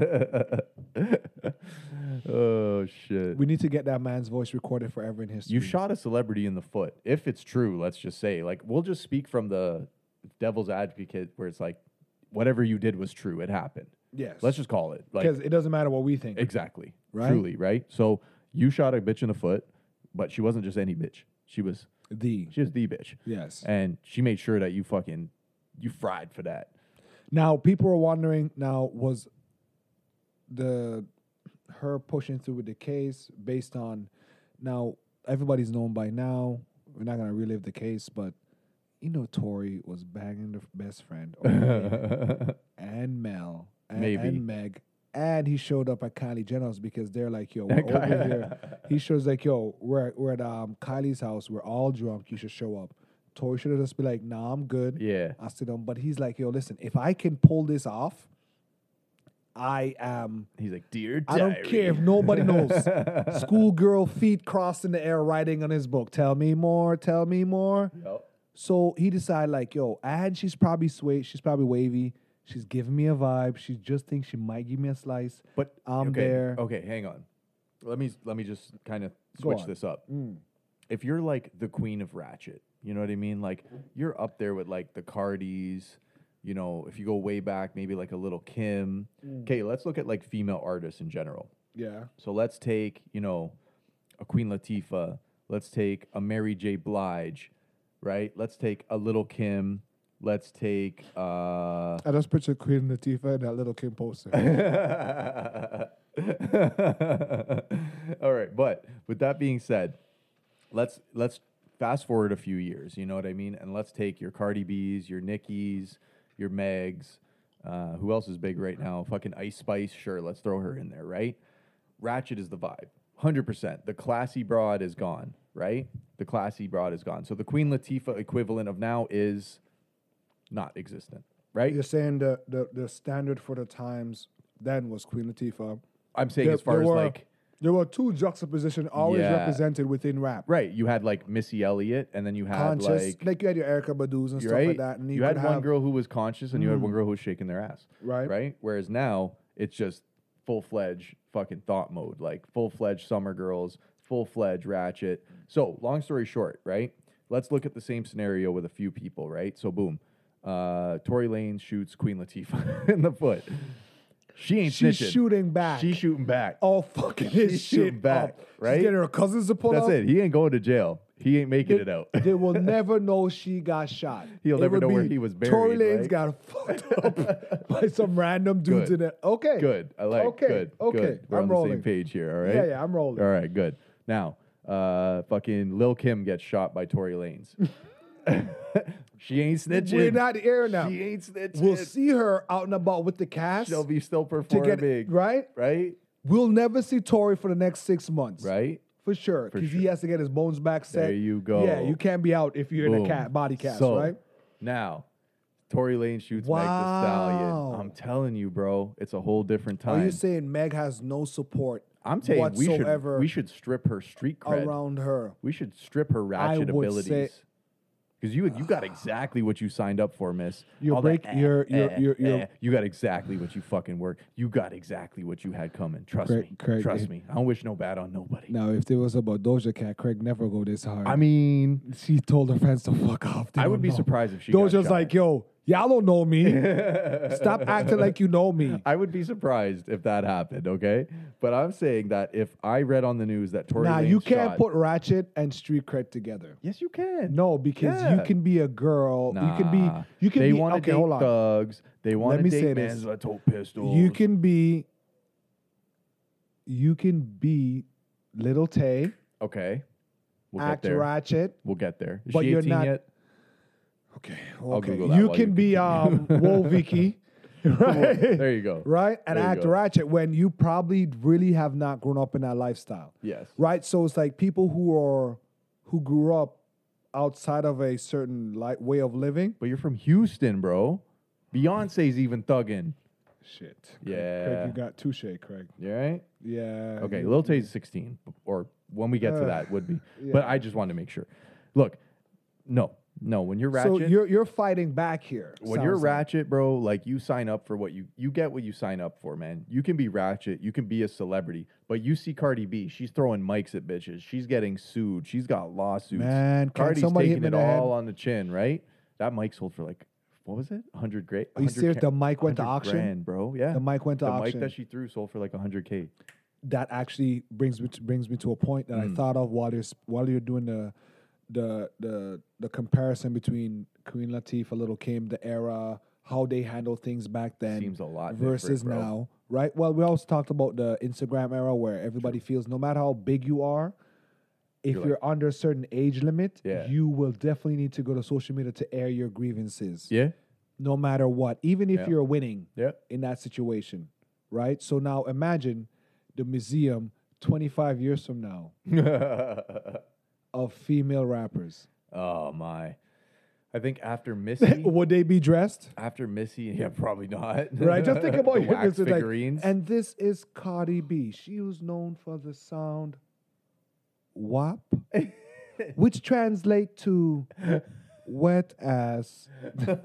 S2: oh, shit.
S1: We need to get that man's voice recorded forever in history.
S2: You shot a celebrity in the foot. If it's true, let's just say, like, we'll just speak from the devil's advocate where it's like, whatever you did was true. It happened.
S1: Yes.
S2: Let's just call it. Like,
S1: because it doesn't matter what we think.
S2: Exactly.
S1: Right?
S2: Truly, right? So you shot a bitch in the foot, but she wasn't just any bitch. She was
S1: the
S2: she was the bitch.
S1: yes.
S2: And she made sure that you fucking you fried for
S1: *laughs*
S2: that.
S1: Now people are wondering. Now was the her pushing through with the case based on now everybody's known by now. We're not gonna relive the case, but you know Tori was banging the f- best friend or Meg, and Mel and,
S2: Maybe.
S1: and Meg. And he showed up at Kylie Jenner's because they're like, yo, we're over here. He shows like, yo, we're, we're at um, Kylie's house. We're all drunk. You should show up. Tori should have just been like, nah, I'm good.
S2: yeah.
S1: I sit down. But he's like, yo, listen, if I can pull this off, I am.
S2: He's like, dear
S1: I don't care if
S2: *laughs*
S1: nobody knows. Schoolgirl feet crossed in the air, writing on his book. Tell me more. Tell me more. So he decided, like, yo, and she's probably sway. She's probably wavy. She's giving me a vibe. She just thinks she might give me a slice.
S2: But
S1: I'm
S2: okay,
S1: there.
S2: Okay, hang on. Let me let me just kind of
S1: Go
S2: switch
S1: on.
S2: this up.
S1: Mm.
S2: If you're like the queen of ratchet, you know what I mean? Like you're up there with like the Cardis, you know, if you go way back, maybe like a little Kim.
S1: Mm.
S2: Okay, let's look at like female artists in general.
S1: Yeah.
S2: So let's take, you know, a Queen Latifah. Let's take a Mary J. Blige, right? Let's take a Little Kim. Let's take uh
S1: I just picture Queen Latifah and that little Kim poster.
S2: *laughs*
S1: *laughs*
S2: All right, but with that being said, let's let's fast forward a few years. You know what I mean? And let's take your Cardi B's, your Nicki's, your Megs. Uh, who else is big right now? Fucking Ice Spice. Sure, let's throw her in there, right? Ratchet is the vibe, hundred percent. The classy broad is gone, right? The classy broad is gone. So the Queen Latifah equivalent of now is not existent, right?
S1: You're saying the, the the standard for the times then was Queen Latifah.
S2: I'm saying as far as
S1: were,
S2: like
S1: there were two juxtaposition always
S2: Yeah.
S1: represented within rap.
S2: Right. You had like Missy Elliott, and then you had
S1: Conscious, like,
S2: like
S1: you had your Erica Badu's and
S2: you're
S1: stuff
S2: right.
S1: like that, and you,
S2: you had
S1: could
S2: one
S1: have, Mm.
S2: girl who was conscious, and you had one girl who was shaking their ass.
S1: Right.
S2: Right. Whereas now it's just full fledged fucking thought mode, like full fledged summer girls, full fledged ratchet. So long story short, right? Let's look at the same scenario with a few people, right? So boom, uh, Tory Lane shoots Queen Latifah *laughs* in the foot. She ain't
S1: She's
S2: snitching.
S1: shooting back.
S2: She's shooting back.
S1: all fucking his
S2: *laughs* She's
S1: shit
S2: shooting back,
S1: up.
S2: right?
S1: She's getting her cousins to pull
S2: That's
S1: up.
S2: it. He ain't going to jail. He ain't making it out.
S1: they
S2: *laughs*
S1: will never know she got shot.
S2: He'll
S1: It
S2: never
S1: would
S2: know where
S1: be
S2: he was
S1: Tory Lanez
S2: buried, like-
S1: got fucked
S2: *laughs*
S1: up by some random dudes
S2: Good.
S1: in it. Okay,
S2: Good. I like
S1: Okay,
S2: good.
S1: okay.
S2: Good. We're
S1: I'm
S2: on
S1: rolling.
S2: the same page here, all right?
S1: Yeah, yeah, I'm rolling. *laughs*
S2: All right, good. Now, uh fucking Lil Kim gets shot by Tory Lanez. *laughs* she ain't snitching.
S1: We're not here now.
S2: She ain't snitching.
S1: We'll see her out and about with the cast
S2: She'll be still
S1: to get
S2: performing.
S1: right.
S2: Right?
S1: We'll never see Tori for the next six months,
S2: Right?
S1: For sure, because he
S2: sure.
S1: has to get his bones back set.
S2: There you go.
S1: Yeah, you can't be out if you're in
S2: Boom.
S1: a cat body cast,
S2: So,
S1: right?
S2: Now, Tory Lane shoots Meg the Stallion.
S1: Wow.
S2: I'm telling you, bro, it's a whole different
S1: Are
S2: time.
S1: you saying Meg has no support?
S2: I'm saying we should
S1: whatsoever
S2: we should strip her street cred.
S1: around her.
S2: We should strip her ratchet
S1: would
S2: abilities.
S1: say-
S2: because you you got exactly what you signed up for, Miss.
S1: You're
S2: All that, eh,
S1: break- you're- you're- you're- you're-
S2: you got exactly what you fucking worked. You got exactly what you had coming. Trust
S1: Craig-
S2: me.
S1: Craig,
S2: Trust
S1: it-
S2: me. I don't wish no bad on nobody.
S1: Now, if there was about Doja Cat, Craig never go this hard.
S2: I mean,
S1: she told her fans to fuck off. They
S2: I would
S1: don't
S2: be
S1: know.
S2: surprised if she got
S1: Doja's
S2: shot.
S1: like, yo, y'all don't know
S2: *laughs*
S1: me. Stop acting like you know me.
S2: I would be surprised if that happened. Okay, but I'm saying that if I read on the news that Tory
S1: Nah,
S2: Lanez
S1: you can't
S2: shot-
S1: put Ratchet and Street Cred together.
S2: Yes, you can.
S1: No, because
S2: Yeah.
S1: you can be a girl. You can
S2: Nah.
S1: be. You can
S2: they
S1: be.
S2: want to
S1: Okay,
S2: date
S1: hold on.
S2: thugs. They want to
S1: me
S2: date
S1: say
S2: men
S1: this.
S2: with tote pistols.
S1: You can be. You can be Little Tay,
S2: Okay. We'll get
S1: act
S2: there.
S1: Ratchet.
S2: We'll get there. Is
S1: But
S2: she
S1: you're
S2: 18
S1: not-
S2: yet?
S1: Okay.
S2: I'll
S1: Okay.
S2: Google that
S1: You
S2: while
S1: can
S2: you
S1: be
S2: continue.
S1: um Wolviki, *laughs*
S2: *laughs*
S1: *laughs* right?
S2: There you go.
S1: Right? And
S2: There you
S1: act
S2: go.
S1: ratchet when you probably really have not grown up in that lifestyle.
S2: Yes.
S1: Right? So it's like people who are who grew up outside of a certain like way of living.
S2: But you're from Houston, bro. Beyonce's even thugging.
S1: Shit. Craig,
S2: Yeah.
S1: you got touche, Craig.
S2: You all right?
S1: Yeah.
S2: Okay.
S1: you-
S2: Lil Tay's 16, or when we get to that, would be. But I just wanted to make sure. Look, no, no. When you're ratchet,
S1: So you're you're fighting back here.
S2: when you're
S1: sounds like.
S2: ratchet, bro, like you sign up for what you you get what you sign up for, man. You can be ratchet, you can be a celebrity, but you see Cardi B, she's throwing mics at bitches, she's getting sued, she's got lawsuits.
S1: Man, can
S2: Cardi's
S1: somebody hit
S2: taking
S1: me in
S2: it
S1: the head?
S2: all on the chin, right? That mic sold for like what was it? Hundred great.
S1: Are you serious? The mic went to auction?
S2: grand, bro. Yeah,
S1: The mic went to
S2: the
S1: auction.
S2: mic that she threw sold for like hundred k.
S1: that actually brings me to, brings me to a point
S2: Mm.
S1: that I thought of while you're s- while you're doing the the the the comparison between Queen Latifah, Little Kim, the era, how they handled things back then
S2: Seems a lot different,
S1: versus
S2: bro.
S1: now, right? Well, we also talked about the Instagram era where everybody feels no matter how big you are, if you're, under a certain age limit,
S2: Yeah.
S1: you will definitely need to go to social media to air your grievances,
S2: Yeah,
S1: no matter what, even if
S2: Yeah.
S1: you're winning
S2: yeah. *laughs*
S1: in that situation, right? So now imagine the museum 25 years from now of female rappers.
S2: oh my, I think
S1: *laughs*
S2: after Missy.
S1: Would they be dressed?
S2: After Missy, *laughs* yeah, probably not.
S1: Right? Just think about
S2: *laughs* The
S1: your
S2: wax
S1: it's like,
S2: figurines. *laughs*
S1: and this is Cardi B. She was known for the sound
S2: *laughs*
S1: WAP, which translate to wet ass. We're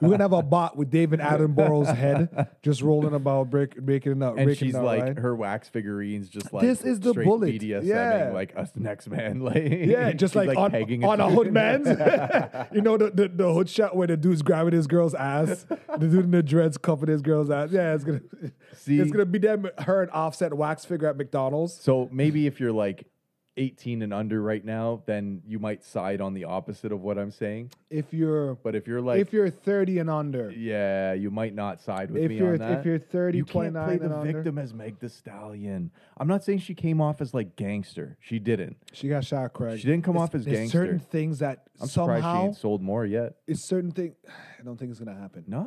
S1: gonna have a bot with David Attenborough's head just rolling about, break, breaking it up.
S2: and
S1: breaking it
S2: she's
S1: out,
S2: like
S1: right?
S2: her wax figurines, just like
S1: This is the
S2: straight
S1: bullet.
S2: BDSMing,
S1: Yeah.
S2: like us next man, *laughs* like
S1: Yeah, just
S2: she's,
S1: like, on,
S2: pegging
S1: on a
S2: *laughs* dude.
S1: hood man's. *laughs* you know the, the the hood shot where the dude's grabbing his girl's ass, the dude in the dreads cuffing his girl's ass. Yeah, it's gonna
S2: See?
S1: it's gonna be them her and offset wax figure at McDonald's.
S2: So maybe if you're like 18 and under right now, then you might side on the opposite of what I'm saying.
S1: If you're
S2: But if you're like,
S1: if you're 30 and under,
S2: yeah, you might not side with
S1: If
S2: me
S1: you're-
S2: on that.
S1: if you're 30,
S2: you can't play
S1: 29
S2: the
S1: and under.
S2: victim as Meg the Stallion. I'm not saying she came off as like gangster. She didn't.
S1: she got shot, Craig.
S2: She didn't come
S1: There's-
S2: off as
S1: there's
S2: gangster.
S1: Certain things that
S2: I'm surprised she
S1: somehow
S2: ain't sold more yet.
S1: it's certain thing. *sighs* I don't think it's gonna happen.
S2: Nah.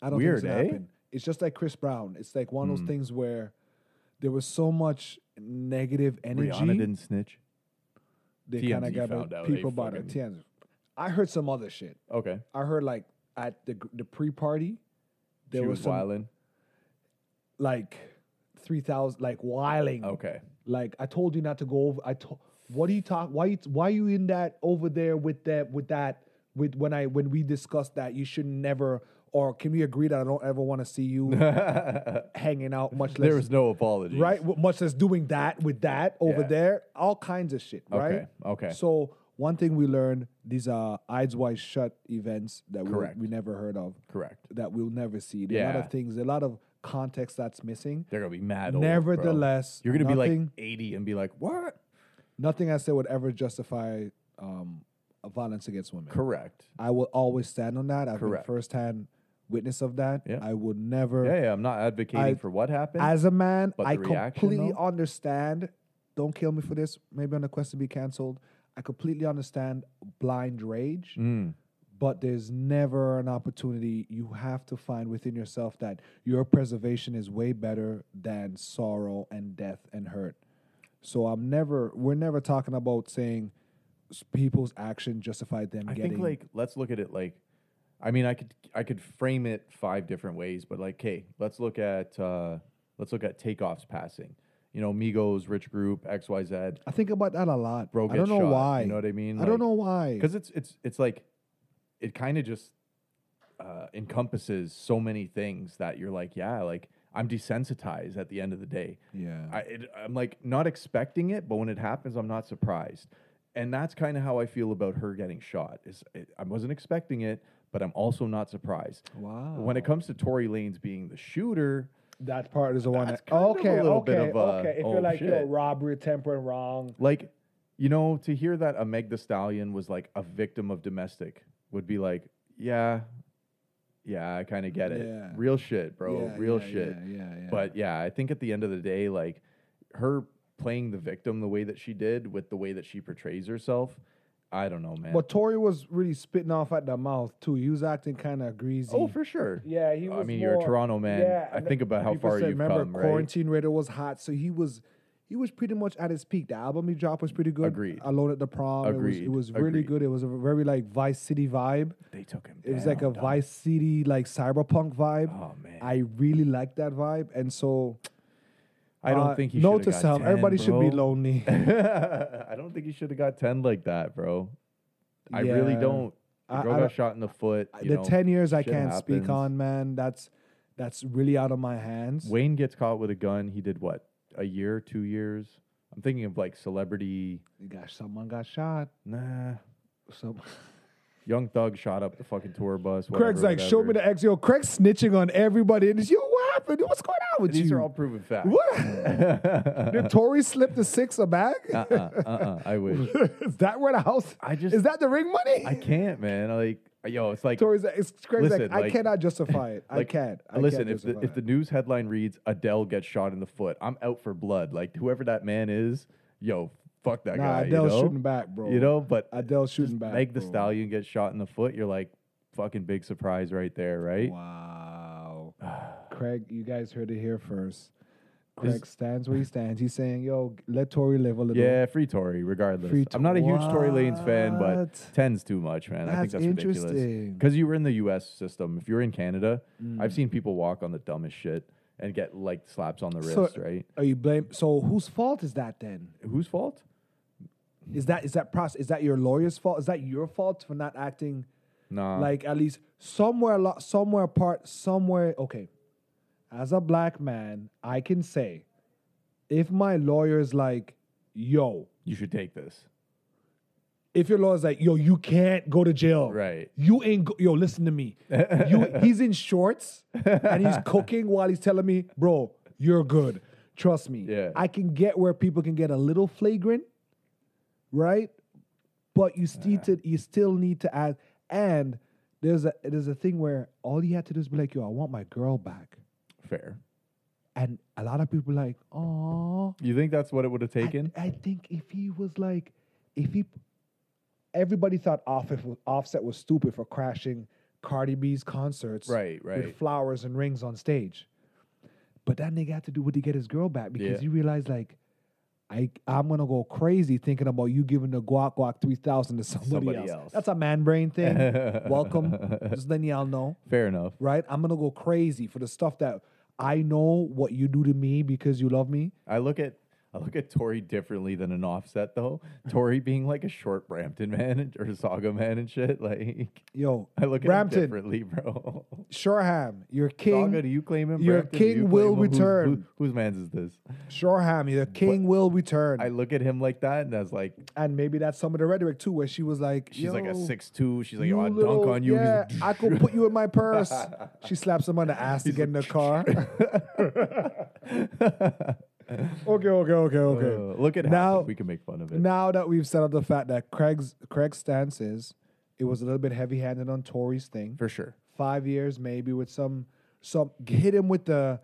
S1: I don't
S2: Weird,
S1: think it's
S2: eh? Hmm.
S1: gonna happen. It's just like Chris Brown. It's like one of those things where there was so much negative energy.
S2: Rihanna didn't snitch.
S1: they
S2: TMZ
S1: kind of got
S2: found
S1: about
S2: out, they
S1: people about it.
S2: fucking-
S1: TMZ. I heard some other shit.
S2: Okay.
S1: I heard like at the gr- the pre party, there
S2: she
S1: was,
S2: was
S1: some,
S2: wilding.
S1: like three thousand like wiling.
S2: Okay.
S1: Like I told you not to go over. I told. What do you talk? Why you why you in that over there with that with that with when I when we discussed that you should never or can we agree that I don't ever want to see
S2: *laughs*
S1: you
S2: *laughs* there
S1: hanging out much less
S2: was no apology.
S1: right w- much less doing that with that over
S2: Yeah.
S1: there all kinds of shit right
S2: Okay, okay.
S1: so one thing we learned these are eyes wide shut events that we,
S2: Correct.
S1: we never heard of
S2: Correct.
S1: that we'll never see there are a lot
S2: Yeah.
S1: of things a lot of context that's missing
S2: They're gonna be mad. old, bro.
S1: Nevertheless,
S2: you're gonna be like
S1: nothing-
S2: 80 and be like, "What?"
S1: nothing i said would ever justify um, violence against women
S2: Correct.
S1: i will always stand on that i've
S2: Correct.
S1: been firsthand witness of that
S2: Yeah.
S1: i would never
S2: Yeah, yeah. I'm not advocating
S1: I-
S2: for what happened.
S1: As a man,
S2: But
S1: I
S2: the reaction,
S1: completely
S2: though?
S1: understand. Don't kill me for this. Maybe on the quest to be canceled. I completely understand blind rage,
S2: Mm.
S1: but there's never an opportunity. You have to find within yourself that your preservation is way better than sorrow and death and hurt. So I'm never. We're never talking about saying s- people's action justified them
S2: I
S1: getting.
S2: think like let's look at it like I mean I could I could frame it five different ways, but like hey, let's look at uh let's look at takeoffs passing. You know, Migos, Rich Group, XYZ,
S1: I think about that a lot.
S2: bro
S1: I
S2: gets
S1: don't know
S2: shot.
S1: why.
S2: You know what I mean?
S1: I don't know why.
S2: Because it's it's it's like it kind of just uh, encompasses so many things that you're like, yeah, like I'm desensitized at the end of the day.
S1: yeah.
S2: I, it, I'm like not expecting it, but when it happens, I'm not surprised. And that's kind of how I feel about her getting shot. Is it, I wasn't expecting it, but I'm also not surprised.
S1: wow.
S2: When it comes to Tory Lanez being the shooter,
S1: That part is the one.
S2: That's
S1: That, oh,
S2: kind of a
S1: okay,
S2: little
S1: okay,
S2: bit of a,
S1: okay. If
S2: oh,
S1: you're like yo,
S2: shit.
S1: robbery, temper, and wrong,
S2: like, you know, to hear that a Meg The Stallion was like a victim of domestic would be like, yeah, yeah, I kind of get it.
S1: Yeah.
S2: Real shit, bro.
S1: Yeah,
S2: Real
S1: yeah,
S2: shit.
S1: Yeah, yeah, yeah.
S2: But yeah, I think at the end of the day, like her playing the victim the way that she did with the way that she portrays herself, I don't know, man.
S1: but Tori was really spitting off at the mouth too. He was acting kind of greasy.
S2: oh, for sure.
S1: yeah, he was.
S2: I mean, you're a
S1: more-
S2: Toronto man.
S1: yeah,
S2: I
S1: and
S2: think about how
S1: people
S2: far
S1: said,
S2: you've
S1: remember,
S2: come, right?
S1: Quarantine Radio was hot, so he was. He was pretty much at his peak. The album he dropped was pretty good.
S2: Agreed.
S1: Alone at the prom.
S2: Agreed.
S1: It was, it was really
S2: Agreed.
S1: good. It was a very like Vice City vibe.
S2: They took him.
S1: It was like a
S2: down, dog.
S1: Vice City like cyberpunk vibe.
S2: Oh man, I,
S1: I really like that vibe, and so
S2: don't
S1: uh,
S2: think he.
S1: note
S2: shoulda
S1: to
S2: got
S1: self.
S2: 10,
S1: everybody should be
S2: bro.
S1: lonely.
S2: I don't think he should have got ten like that, bro. I really
S1: Yeah.
S2: don't. The
S1: I-
S2: girl
S1: I
S2: got
S1: don't-
S2: shot in the foot. *laughs*
S1: *laughs*
S2: You
S1: the
S2: know,
S1: 10 years I
S2: shit
S1: can't
S2: happens.
S1: speak on, man. That's that's really out of my hands.
S2: Wayne gets caught with a gun. He did what? A year, two years? I'm thinking of like celebrity.
S1: Gosh, someone got shot.
S2: Nah. *laughs*
S1: Some-
S2: Young Thug shot up the fucking tour bus.
S1: Craig's like, show me the X. Yo, Craig's snitching on everybody. And it's, yo, what happened? What's going on with
S2: These
S1: you?
S2: are all proven facts.
S1: what? *laughs*
S2: uh-uh,
S1: Did Tory slip the six a bag?
S2: *laughs* uh-uh. I wish.
S1: *laughs* Is that where the house?
S2: I just-
S1: Is that the ring money?
S2: I can't, man. Like, yo, it's like,
S1: *laughs* Tory's like, it's- Craig's
S2: Listen,
S1: like, I
S2: like-
S1: cannot
S2: *laughs*
S1: justify it.
S2: like,
S1: I can't. I
S2: listen,
S1: can't
S2: if the
S1: justify
S2: if the *laughs*
S1: it.
S2: news headline reads Adele gets shot in the foot, I'm out for blood. Like, whoever that man is, yo, fuck that
S1: nah,
S2: guy.
S1: Adele's
S2: you know?
S1: shooting back, bro.
S2: You know, but
S1: Adele's shooting back.
S2: Meg the
S1: bro.
S2: Stallion gets shot in the foot. You're like, fucking big surprise right there, right? *sighs*
S1: Wow. Craig, you guys heard it here first. Craig stands where he stands. He's saying, yo, let Tory live a little.
S2: Yeah, free Tory, regardless.
S1: Free
S2: I'm not a huge Tory Lanez fan, but
S1: What?
S2: 10's too much, man. I
S1: That's
S2: think that's ridiculous.
S1: interesting. Mm.
S2: Because you were in the US system. If you're in Canada, I've seen people walk on the dumbest shit and get like slaps on the
S1: So-
S2: wrist, right?
S1: Are you blame? So whose fault is that then?
S2: Whose fault?
S1: Is that is that process? Is that your lawyer's fault? Is that your fault for not acting
S2: Nah.
S1: like at least somewhere, lo- somewhere part, somewhere? Okay, as a black man, I can say, if my lawyer's like, yo,
S2: you should take this.
S1: if your lawyer's like, yo, you can't go to jail,
S2: Right.
S1: You ain't go- yo. Listen to me. You, he's in shorts and he's cooking while he's telling me, bro, you're good. Trust me.
S2: Yeah.
S1: I can get where people can get a little flagrant, right? But you still to, you still need to add. And there's a there's a thing where all you had to do is be like, yo, I want my girl back.
S2: Fair.
S1: And a lot of people like, oh,
S2: You think that's what it would have
S1: I-
S2: taken?
S1: I, think if he was like, if he, everybody thought Offset was, Offset was stupid for crashing Cardi B's concerts,
S2: right,
S1: with
S2: right.
S1: flowers and rings on stage. But that nigga had to do what to get his girl back because
S2: Yeah.
S1: he realized like, I I'm gonna go crazy thinking about you giving the guac guac three thousand to somebody,
S2: Somebody
S1: else.
S2: else.
S1: That's a man brain
S2: *laughs*
S1: thing. Welcome, just letting y'all know
S2: Fair enough.
S1: right? I'm gonna go crazy for the stuff that I know what you do to me because you love me.
S2: I look at I look at Tory differently than an
S1: *laughs*
S2: offset though. Tory being like a short Brampton man and- or Saga man and shit. Like
S1: Yo,
S2: I look at him
S1: Brampton,
S2: differently, bro.
S1: Shoreham, your
S2: Saga, do
S1: king.
S2: you claim him?
S1: your
S2: Brampton, do
S1: king
S2: you
S1: will
S2: claim him? Who's- who-
S1: return.
S2: Whose man's is this?
S1: Shoreham, your king will return.
S2: I look at him like that, and I was like,
S1: and maybe that's some of the rhetoric too, where she was like,
S2: she's like a
S1: "Yo,
S2: six two. She's like,
S1: you
S2: oh, I'll
S1: little-
S2: dunk on you. He's
S1: Yeah,
S2: like,
S1: I could put you
S2: *laughs*
S1: in my purse. she slaps him on the ass to get in the car. *laughs*
S2: *laughs*
S1: okay, okay, okay, okay.
S2: "Uh, look at
S1: Now-
S2: how we can make fun of it.
S1: now that we've settled the fact that Craig's Craig's stance is it was a little bit heavy handed on Tory's thing.
S2: for sure.
S1: five years maybe with some some hit him with the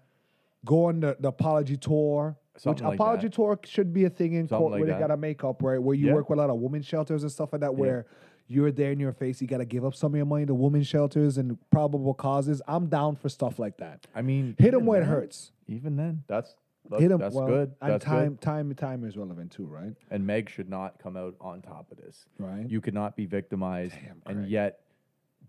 S1: go on the, the apology tour Which
S2: Something like that.
S1: apology tour should be a thing in
S2: Something
S1: court
S2: like
S1: where they
S2: that.
S1: gotta make up, right? Where you
S2: Yeah.
S1: work with a lot of women shelters and stuff like that, where you're there in your face, you gotta give up some of your money to women shelters and probable causes. I'm down for stuff like that.
S2: I mean,
S1: Hit them
S2: even
S1: where it
S2: then-
S1: hurts.
S2: Even then, that's look,
S1: Hit them.
S2: that's
S1: well,
S2: good.
S1: And
S2: That's
S1: time,
S2: good.
S1: time, time is relevant too, right?
S2: And Meg should not come out on top of this.
S1: Right.
S2: You cannot be victimized
S1: Damn, Craig.
S2: and yet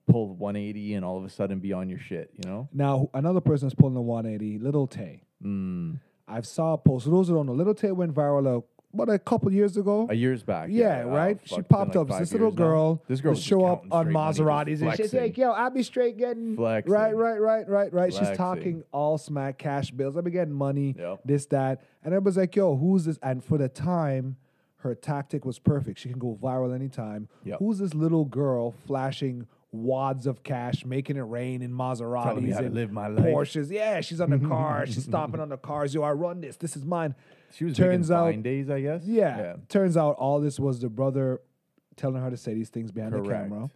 S2: pull 180 and all of a sudden be on your shit. You know.
S1: Now another person's pulling a 180. Little Tay.
S2: Mm.
S1: I've saw a post. For those who don't know, Little Tay went viral, uh, what a couple years ago.
S2: A years back.
S1: Yeah,
S2: oh,
S1: right.
S2: fuck,
S1: she
S2: it's been
S1: popped
S2: like
S1: up. It's
S2: five
S1: This little
S2: years now.
S1: girl.
S2: This girl
S1: would
S2: was just
S1: show up
S2: counting
S1: on
S2: straight money, just
S1: Maseratis, and she's
S2: flexing.
S1: like, "Yo, I be straight getting
S2: Flexing.
S1: right, right, right, right, right." She's
S2: Flexing.
S1: talking all smack, cash bills. I be getting money,
S2: Yep.
S1: this, that, and everybody's like, "Yo, who's this?" And for the time, her tactic was perfect. She can go viral anytime.
S2: Yep.
S1: Who's this little girl flashing? Wads of cash, making it rain in
S2: Telling me
S1: Maseratis
S2: how to
S1: and
S2: live my life.
S1: Porsches. Yeah, she's on the car.
S2: *laughs*
S1: she's stopping on the cars. Yo, I run this. This is mine.
S2: She was
S1: Turns
S2: turns
S1: out-
S2: out days, I guess.
S1: Yeah. Turns out all this was the brother telling her to say these things behind the
S2: Correct.
S1: camera.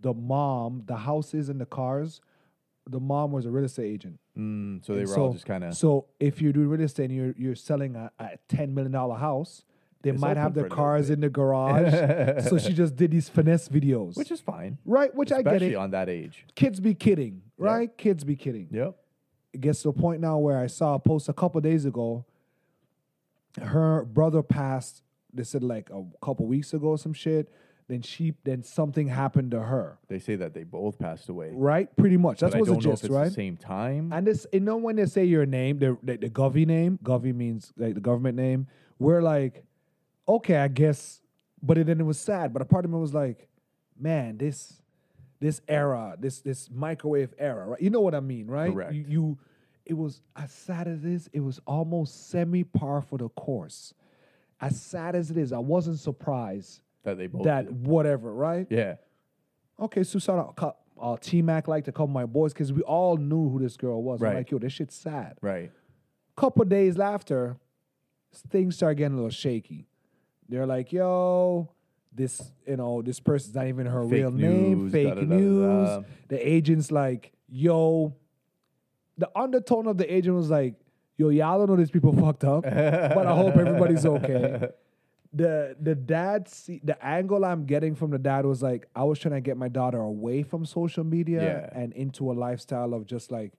S1: The mom, the houses and the cars, the mom was a real estate agent.
S2: Mm, so they were
S1: And
S2: all
S1: so-
S2: just kind of
S1: So if you do real estate and you're you're selling a, a ten million dollar house, they
S2: It's
S1: might
S2: open
S1: have
S2: for a
S1: their
S2: little
S1: cars
S2: bit.
S1: in the garage. so
S2: *laughs*
S1: she just did these finesse videos.
S2: which is fine.
S1: right, which I get
S2: especially
S1: it.
S2: on that age.
S1: Kids be kidding, right? Kids be kidding
S2: Yep.
S1: it gets to a point now where I saw a post a couple days ago. Her brother passed. They said like a couple weeks ago, or some shit. Then she, then something happened to her.
S2: They say that they both passed away.
S1: Right, pretty much. That's
S2: but I
S1: what's
S2: don't
S1: the
S2: know if
S1: gist,
S2: it's
S1: right?
S2: the same time.
S1: And this, you know, when they say your name, the the, the Govy name, Govy means like the government name. We're like, okay, I guess. But it, then it was sad. But a part of me was like, man, this this era, this this microwave era, right? You know what I mean, right?
S2: Correct.
S1: You, you it was as sad as it is. It was almost semi par for the course. As sad as it is, I wasn't surprised
S2: that they both
S1: that
S2: did.
S1: whatever, right?
S2: yeah
S1: okay, so shout out cou- uh, T Mac like to couple my boys because we all knew who this girl was. I'm
S2: Right.
S1: like, yo, this shit's sad.
S2: right
S1: Couple days after, s- things start getting a little shaky. They're like, yo, this you know this person's not even her
S2: Fake
S1: real name,
S2: news,
S1: fake
S2: da-da-da-da-da.
S1: news. The agent's like, yo, the undertone of the agent was like, yo, y'all don't know these people *laughs* fucked up, but I hope everybody's
S2: *laughs*
S1: okay. The the dad see, the angle I'm getting from the dad was like, I was trying to get my daughter away from social media
S2: Yeah.
S1: and into a lifestyle of just like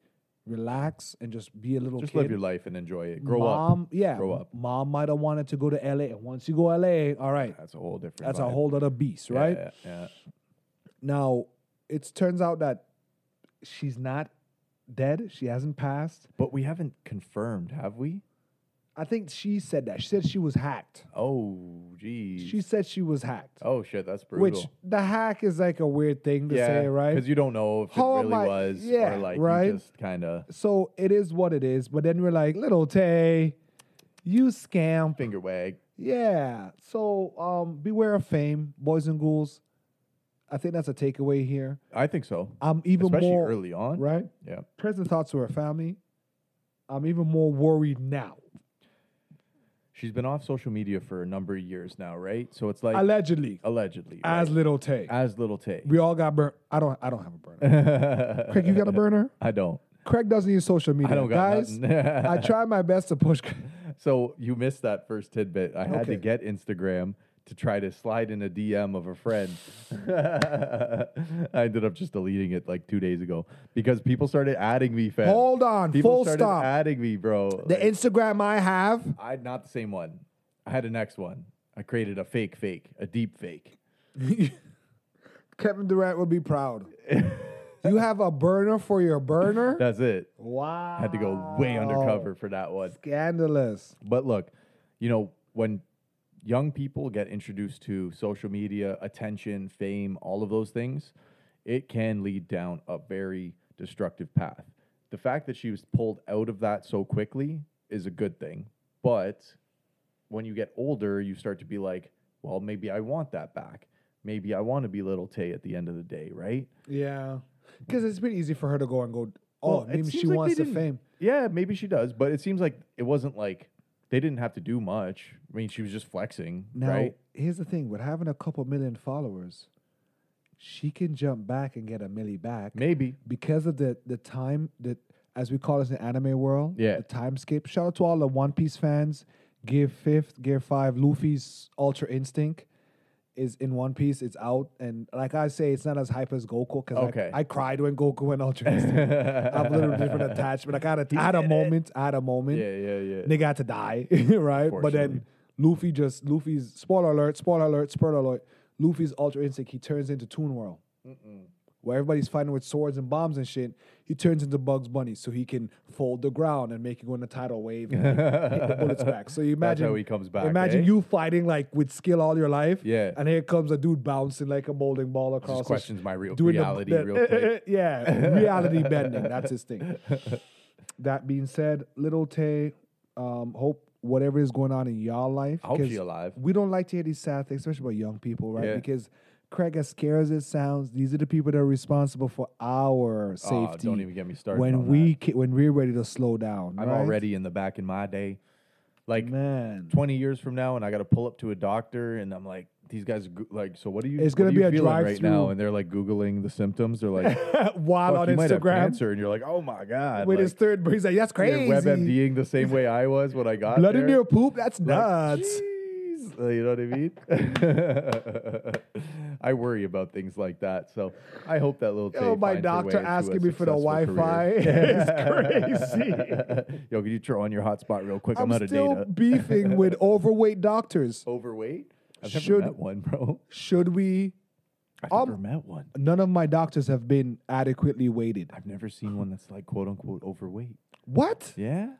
S1: relax and just be a little
S2: just
S1: kid.
S2: live your life and enjoy it grow up
S1: mom, Yeah.
S2: Grow up.
S1: Mom might have wanted to go to LA. And once you go LA, all right.
S2: that's a whole different
S1: That's a
S2: vibe.
S1: whole other beast,
S2: Yeah,
S1: right?
S2: yeah, yeah.
S1: Now, it turns out that she's not dead. She hasn't passed.
S2: but we haven't confirmed have we
S1: I think she said that. She said she was hacked.
S2: oh geez
S1: She said she was hacked.
S2: oh shit that's brutal
S1: which the hack is like a weird thing to
S2: yeah
S1: say, right?
S2: because you don't know if
S1: How
S2: it
S1: am
S2: really
S1: I-
S2: was
S1: yeah,
S2: or like you
S1: right?
S2: just kind of
S1: So it is what it is. But then we're like, little Tay, you scamp.
S2: finger wag
S1: Yeah. So um, beware of fame, boys and ghouls. I think that's a takeaway here.
S2: i think so
S1: I'm even
S2: especially
S1: more
S2: early on
S1: right.
S2: yeah
S1: Present thoughts to her family. I'm even more worried now.
S2: she's been off social media for a number of years now right so it's like
S1: Allegedly,
S2: allegedly
S1: as
S2: right?
S1: little Tay,
S2: as little tay
S1: we all got burnt. I don't. I don't have a burner.
S2: *laughs*
S1: Craig,
S2: craig
S1: you got a burner?
S2: *laughs* i don't
S1: Craig doesn't use social media.
S2: i don't got
S1: Guys,
S2: nothing. *laughs*
S1: I try my best to push.
S2: So you missed that first tidbit. I had
S1: Okay.
S2: to get Instagram to try to slide in a DM of a friend. *laughs* I ended up just deleting it like two days ago because people started adding me. Fam.
S1: Hold on,
S2: people
S1: full
S2: started
S1: stop.
S2: adding me, bro.
S1: The Instagram I have, *laughs*
S2: I had not the same one. I had the next one. I created a fake, fake, a deep fake.
S1: Kevin Durant would be
S2: *laughs*
S1: proud. you have a burner for your burner.
S2: That's it.
S1: wow,
S2: I had to go way undercover for that one.
S1: Scandalous.
S2: But look, you know, when young people get introduced to social media, attention, fame, all of those things, it can lead down a very destructive path. The fact that she was pulled out of that so quickly is a good thing. But when you get older, you start to be like, well, maybe I want that back. Maybe I want to be little Tay at the end of the day, right?
S1: Yeah, because it's been easy for her to go and go. Oh,
S2: Well, it
S1: maybe
S2: seems
S1: she
S2: like they
S1: wants the
S2: didn't-
S1: fame.
S2: Yeah, maybe she does, but it seems like it wasn't like they didn't have to do much. I mean, she was just flexing,
S1: Now,
S2: right?
S1: here's the thing: with having a couple million followers, she can jump back and get a milli back
S2: Maybe.
S1: because of the the time that as we call it in anime world.
S2: Yeah.
S1: The time skip. Shout out to all the One Piece fans. Gear Fifth, Gear Five, Luffy's Ultra Instinct is in One Piece. It's out, and like I say, it's not as hype as Goku because
S2: Okay.
S1: I, cried when Goku went Ultra Instinct. I have a little
S2: *laughs*
S1: different attachment. Like, I got a, I had a moment. I had a moment.
S2: Yeah, yeah, yeah.
S1: Nigga had to die, *laughs* right? But then Luffy just Luffy's spoiler alert, spoiler alert, spoiler alert. Luffy's Ultra Instinct. He turns into Toon World where everybody's fighting with swords and bombs and shit, he turns into Bugs Bunny so he can fold the ground and make it go in a tidal wave and like,
S2: *laughs*
S1: hit the bullets back. So you
S2: That's
S1: imagine
S2: how he comes back,
S1: Imagine
S2: eh?
S1: you fighting like with skill all your life.
S2: Yeah.
S1: And here comes a dude bouncing like a bowling ball across. the-
S2: questions my real-
S1: doing the- eh,
S2: reality
S1: the-
S2: real quick.
S1: yeah. Reality bending. That's his
S2: *laughs*
S1: thing. That being said, little Tay, um, hope whatever is going on in y'all life.
S2: I hope
S1: 'cause
S2: she alive.
S1: We don't like to hear these sad things, especially about young people, right?
S2: Yeah.
S1: Because Craig, as scary as it sounds, these are the people that are responsible for our
S2: Oh,
S1: safety.
S2: don't even get me started.
S1: when
S2: on that.
S1: we ca- when we're ready to slow down,
S2: I'm
S1: right?
S2: already in the back in my day. Like *laughs*
S1: man.
S2: 20 years from now, and I got to pull up to a doctor, and I'm like, these guys, are go- like, so what are you?
S1: It's
S2: what
S1: gonna
S2: are
S1: be
S2: you
S1: a
S2: feeling right now,
S1: drive-through.
S2: and they're like googling the symptoms. They're like,
S1: While *laughs*
S2: "Fuck,
S1: on
S2: you might have
S1: Instagram,
S2: cancer, and you're like, oh my god,
S1: with
S2: like,
S1: his third brain, he's like, "That's
S2: you're
S1: crazy."
S2: WebMDing the same way I was when I got
S1: Blood
S2: there.
S1: in your poop. That's
S2: Like,
S1: nuts.
S2: "Jeez," uh, you know what I mean? *laughs* I worry about things like that, so I hope that little.
S1: Yo,
S2: Tay
S1: Oh, my
S2: finds her way
S1: doctor
S2: into a
S1: asking me for the
S2: successful
S1: Wi-Fi *laughs*
S2: career.
S1: is crazy.
S2: *laughs* Yo, can you throw on your hotspot real quick? I'm,
S1: I'm
S2: out of
S1: still
S2: data. *laughs*
S1: beefing with overweight doctors.
S2: Overweight? I've
S1: Should-
S2: never met one, bro.
S1: Should we?
S2: I've
S1: Um,
S2: never met one.
S1: None of my doctors have been adequately weighted.
S2: I've never seen one that's like quote unquote overweight.
S1: What,
S2: Yeah.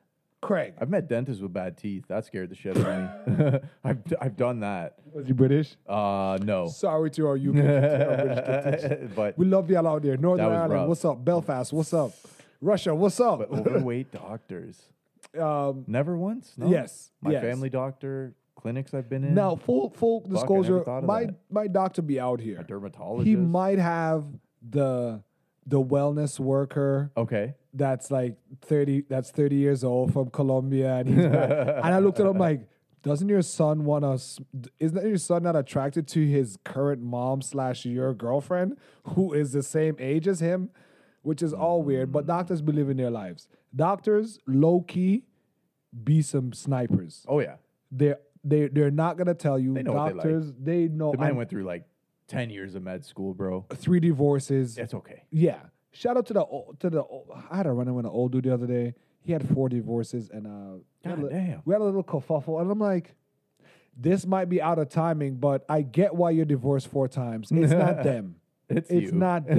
S1: Craig?
S2: I've met dentists with bad teeth. That scared the shit out of me. *laughs* I've, I've done that.
S1: Was he British?
S2: Uh,
S1: *laughs*
S2: no.
S1: Sorry to our UK. our British contingent.
S2: *laughs*
S1: *laughs*
S2: but
S1: we love y'all out there. Northern
S2: That was
S1: Ireland,
S2: rough.
S1: what's up? Belfast, what's up? Russia, what's up? *laughs*
S2: but overweight doctors.
S1: um,
S2: Never once? No.
S1: Yes,
S2: My
S1: yes.
S2: family doctor, clinics I've been in.
S1: now, full full
S2: never
S1: disclosure,
S2: thought of
S1: my
S2: that.
S1: my doctor be out here.
S2: Dermatologist.
S1: He might have the the wellness worker
S2: Okay.
S1: that's like thirty that's thirty years old from Colombia, and he's back. and I looked at him like, doesn't your son want us? Isn't your son not attracted to his current mom slash your girlfriend who is the same age as him? Which is all weird, but doctors be living their lives. Doctors low key be some snipers.
S2: Oh, yeah.
S1: They're they they're not gonna tell you.
S2: know what they like.
S1: doctors they, know
S2: The man
S1: I'm-
S2: went through like 10 years of med school, bro.
S1: three divorces.
S2: It's okay.
S1: Yeah. Shout out to the old, to the old, I had a run in with an old dude the other day. He had four divorces and uh we had a
S2: God
S1: li-
S2: damn.
S1: we had a little kerfuffle and I'm like this might be out of timing, but I get why you're divorced four times. It's
S2: *laughs*
S1: not them.
S2: It's,
S1: It's
S2: you. *laughs*
S1: not them.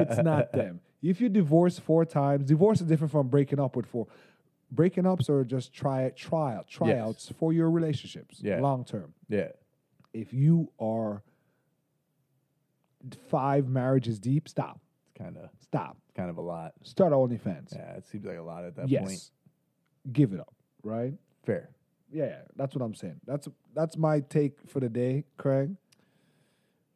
S1: It's not them. If you divorce four times, divorce is different from breaking up with four. Breaking ups are just try trial tryouts for your relationships
S2: Yeah.
S1: long term
S2: Yeah.
S1: if you are five marriages deep, stop,
S2: It's kind of
S1: stop,
S2: kind of a lot.
S1: start OnlyFans.
S2: Yeah, it seems like a lot at that
S1: yes,
S2: point.
S1: give it up, right?
S2: Fair.
S1: Yeah, yeah, that's what I'm saying. That's that's my take for the day, Craig.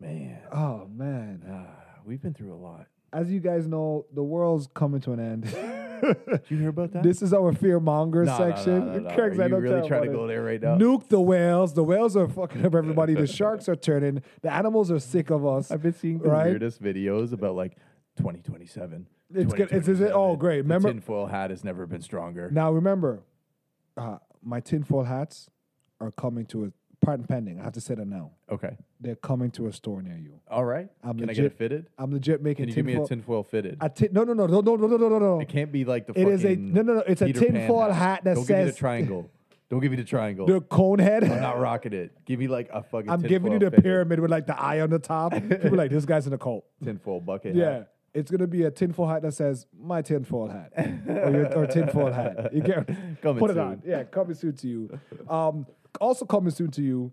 S2: Man,
S1: Oh man,
S2: ah, we've been through a lot.
S1: as you guys know, the world's coming to an end. *laughs*
S2: Did you hear about that?
S1: this is our fear monger
S2: No, no, no,
S1: section.
S2: no, no.
S1: Craig's
S2: Are
S1: like,
S2: you
S1: "Don't
S2: really
S1: tell
S2: trying to
S1: about
S2: go
S1: it."
S2: there right now?
S1: Nuke the whales. The whales are fucking up everybody.
S2: *laughs*
S1: The sharks are turning. The animals are sick of us.
S2: I've been seeing the
S1: Right?
S2: weirdest videos about like 2027.
S1: It's good- it's- is it- oh,
S2: 2027.
S1: great.
S2: The
S1: Remember-
S2: tinfoil hat has never been stronger.
S1: Now remember, uh, my tinfoil hats are coming to a pardon pending. I have to say that now.
S2: Okay.
S1: They're coming to a store near you.
S2: All right.
S1: I'm
S2: Can I get it
S1: legit-
S2: fitted?
S1: I'm legit
S2: Can
S1: making
S2: you give me
S1: tinfoil.
S2: a tinfoil fitted?
S1: a tin- no, no, no, no, no, no, no, no, no, no.
S2: it can't be like the
S1: It is a-
S2: fucking
S1: no, no, no, it's a
S2: Peter Pan
S1: tinfoil hat that
S2: Don't give me the
S1: says-
S2: triangle. Don't give me the triangle.
S1: The cone head.
S2: I'm not rocking it. Give me like a fucking
S1: I'm giving you
S2: tinfoil
S1: the
S2: fitted
S1: pyramid with like the eye on the top. People are like this guy's in a cult.
S2: tinfoil bucket.
S1: Yeah.
S2: hat.
S1: It's gonna be a tinfoil hat that says "my tinfoil hat" or your or tinfoil hat. You get
S2: *laughs* Coming
S1: put it
S2: soon.
S1: on. Yeah, coming soon to you. Um, also coming soon to you,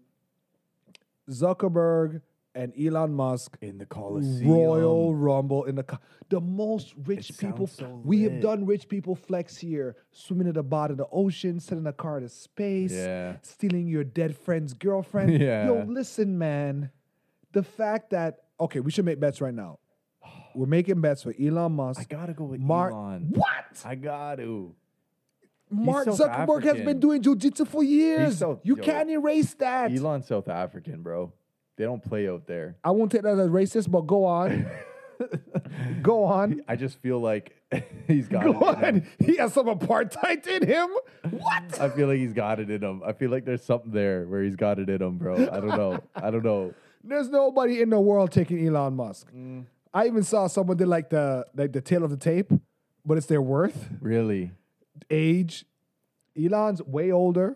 S1: Zuckerberg and Elon Musk
S2: In the Coliseum.
S1: Royal Rumble in the co- the most rich
S2: um, It
S1: people.
S2: sounds so
S1: we have
S2: lit.
S1: done rich people flex here, swimming in the bottom of the ocean, sending a car to space,
S2: Yeah.
S1: stealing your dead friend's girlfriend. Yo,
S2: *laughs* Yeah.
S1: listen, man. The fact that okay, we should make bets right
S2: *sighs*
S1: now. We're making bets for Elon Musk.
S2: I gotta go with
S1: Mark.
S2: Elon.
S1: What?
S2: I gotta.
S1: Mark
S2: South
S1: Zuckerberg has been
S2: African.
S1: doing jujitsu for years.
S2: South-
S1: you
S2: yo.
S1: can't erase that.
S2: Elon South African, bro. They don't play out there. *laughs*
S1: I won't take that as racist, but go on. Go on.
S2: I just feel like *laughs*
S1: *laughs*
S2: he's got
S1: Go
S2: it. in him.
S1: on. He has some apartheid in him. What?
S2: I feel like he's got it in him. I feel like there's something there where he's got it in him, bro. I don't know. I don't know.
S1: There's nobody in the world taking Elon Musk. I even saw someone did like the like the tail of the tape, but it's their worth,
S2: Really.
S1: age. Elon's way older.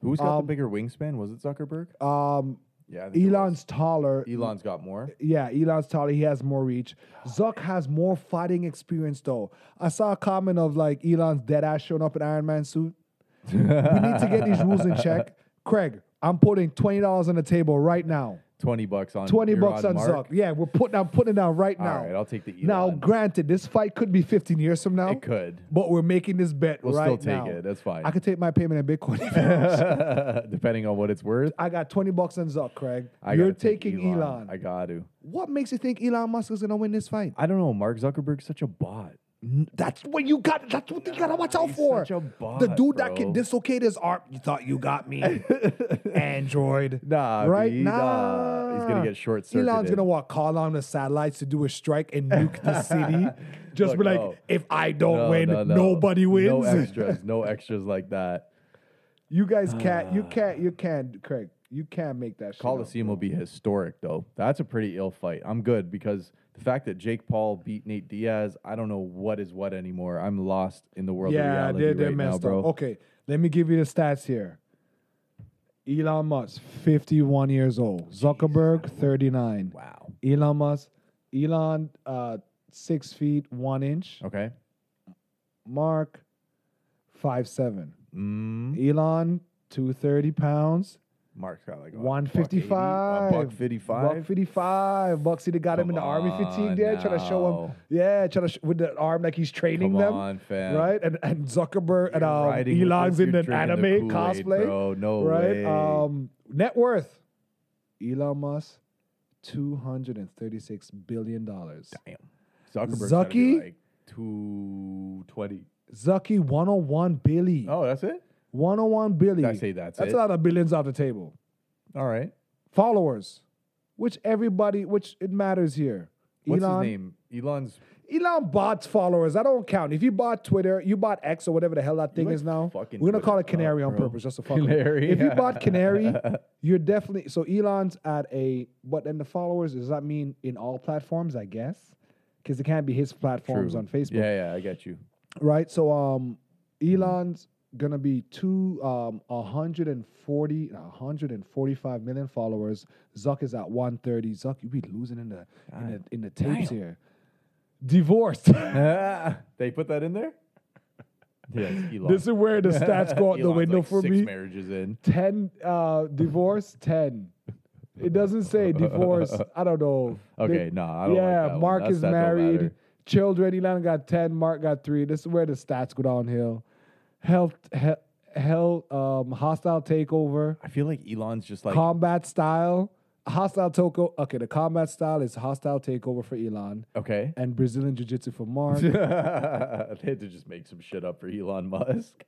S2: Who's got
S1: Um,
S2: the bigger wingspan? Was it Zuckerberg?
S1: Um,
S2: Yeah. I think it was.
S1: Elon's taller.
S2: Elon's got more.
S1: Yeah, Elon's taller. He has more reach. Zuck has more fighting experience, though. I saw a comment of like Elon's dead ass showing up in Iron Man suit. we need to get these rules in check. Craig, I'm putting twenty dollars on the table right now.
S2: Twenty bucks on.
S1: Twenty
S2: you're
S1: bucks on
S2: Mark?
S1: Zuck. Yeah, we're putting. I'm putting it down right
S2: All
S1: now.
S2: right, I'll take the Elon.
S1: Now, granted, this fight could be 15 years from now.
S2: it could.
S1: But we're making this bet
S2: We'll
S1: right
S2: still take
S1: now.
S2: it. That's fine.
S1: I could take my payment in Bitcoin.
S2: *laughs* Depending on what it's worth,
S1: I got 20 bucks on Zuck, Craig.
S2: I
S1: You're
S2: gotta take
S1: taking Elon.
S2: I got to.
S1: What makes you think Elon Musk is going to win this fight?
S2: I don't know. Mark Zuckerberg's such a bot.
S1: That's what you got. That's what you got to watch
S2: Nah,
S1: out
S2: he's
S1: for.
S2: such a bot,
S1: the dude that
S2: bro.
S1: can dislocate his arm. You thought you got me,
S2: *laughs*
S1: Android.
S2: Nah,
S1: Right?
S2: B, nah. He's gonna
S1: Nah.
S2: get short circuited.
S1: Elon's gonna what call on the satellites to do a strike and nuke the
S2: *laughs*
S1: city. Just
S2: Look,
S1: be like,
S2: no.
S1: if I don't
S2: No,
S1: win,
S2: no, no.
S1: nobody wins.
S2: No extras. No extras like that.
S1: You guys can't.
S2: Ah.
S1: You can't. You can't, Craig. You can't make that shit. up.
S2: Coliseum will be historic, though. That's a pretty ill fight. I'm good because the fact that Jake Paul beat Nate Diaz, I don't know what is what anymore. I'm lost in the world
S1: yeah,
S2: of reality
S1: they're, they're
S2: right
S1: messed
S2: now, bro.
S1: up. Oh. Okay, let me give you the stats here. Elon Musk, 51 years old. Zuckerberg, 39.
S2: Wow.
S1: Elon Musk, Elon, uh, six feet one inch.
S2: Okay.
S1: Mark, five seven.
S2: Mm,
S1: Elon, 230 pounds.
S2: Mark's got like a buck
S1: 155.
S2: 80, a buck 55.
S1: Buck 55. Buck see they got him in the
S2: Come
S1: army fatigue
S2: on
S1: there, trying to show him.
S2: now.
S1: Yeah, trying to sh- with the arm like he's training
S2: Come
S1: them.
S2: on, fam.
S1: Right? And and Zuckerberg and
S2: You're
S1: um,
S2: riding with
S1: Elon's
S2: us,
S1: in
S2: you're
S1: an
S2: drinking the
S1: anime
S2: Kool-Aid,
S1: cosplay.
S2: Bro. No
S1: right?
S2: way.
S1: Um net worth. Elon Musk, two hundred and thirty-six billion dollars.
S2: Damn. Zuckerberg's gotta be,
S1: Zucky?
S2: like 220.
S1: Zucky, one hundred one billy.
S2: Oh, that's it?
S1: One hundred one billy.
S2: I say that's
S1: That's
S2: it.
S1: a lot of billions off the table.
S2: All right.
S1: Followers, which everybody, which it matters here.
S2: What's
S1: Elon,
S2: his name?
S1: *laughs*
S2: Elon's
S1: Elon bought followers. I don't count. If you bought Twitter, you bought X or whatever the hell that thing
S2: like
S1: is now. We're
S2: fucking
S1: gonna call it
S2: Twitter up,
S1: Canary on
S2: bro.
S1: purpose, just to fuck. with it.
S2: Canary,
S1: If
S2: *laughs*
S1: you
S2: yeah.
S1: bought Canary, you're definitely so Elon's at a. But then the followers does that mean in all platforms? I guess because it can't be his platforms
S2: True.
S1: on Facebook,
S2: Yeah, yeah, I got you. *laughs*
S1: right? So um, Elon's gonna be two um 140 145 million followers. Zuck is at 130. Zuck, you be losing in the in the, in the tapes here. Divorced. *laughs*
S2: they put that in there? Yes, Elon.
S1: This is where the stats
S2: *laughs*
S1: go out the
S2: Elon's
S1: window
S2: like
S1: for
S2: six
S1: me.
S2: marriages in.
S1: 10 uh, divorce, 10. It doesn't
S2: *laughs*
S1: say divorce. I don't know. They-
S2: Okay, no, I don't like
S1: yeah,
S2: that one.
S1: Mark
S2: That's-
S1: is
S2: that don't
S1: married.
S2: matter.
S1: Children, Elon got 10, Mark got 3. This is where the stats go downhill. Health, he, hell, um, hostile takeover,
S2: I feel like Elon's just like
S1: combat style. Hostile takeover. Okay, the combat style is hostile takeover for Elon *laughs*
S2: okay. *laughs*
S1: and Brazilian Jiu Jitsu for Mark.
S2: they had to just make some shit up for Elon Musk.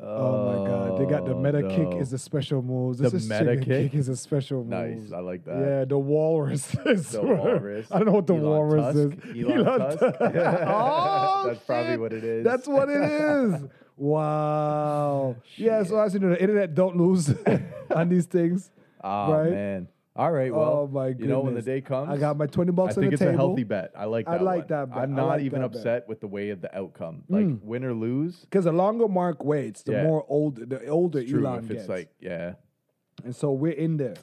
S1: Oh my god, they got the
S2: Oh,
S1: meta
S2: no.
S1: kick is a special move. This
S2: The
S1: is
S2: meta
S1: chicken
S2: kick?
S1: is a special move.
S2: Nice, I like that.
S1: Yeah, the walrus. *laughs* Is
S2: The walrus.
S1: I don't know what the
S2: Elon
S1: walrus
S2: Tusk?
S1: is.
S2: Elon Tusk? *laughs*
S1: Tusk. oh,
S2: That's probably
S1: shit.
S2: what it is.
S1: That's what it
S2: *laughs*
S1: is. Wow. yeah, so I said, you know, the internet don't
S2: *laughs*
S1: lose *laughs* on these things.
S2: Ah
S1: Right?
S2: man. All right. Well,
S1: Oh my goodness.
S2: you know when the day comes,
S1: I got my 20 bucks
S2: I think
S1: on the
S2: it's
S1: table.
S2: a healthy bet. I like.
S1: I
S2: That
S1: like
S2: one.
S1: that bet.
S2: I'm
S1: I
S2: not
S1: like
S2: even
S1: that bet. Mm.
S2: upset with the way of the outcome. Like win or lose.
S1: Because the longer Mark waits, the
S2: Yeah.
S1: more old the older
S2: It's true.
S1: Elon
S2: if it's
S1: gets.
S2: like, yeah,
S1: and so we're in there.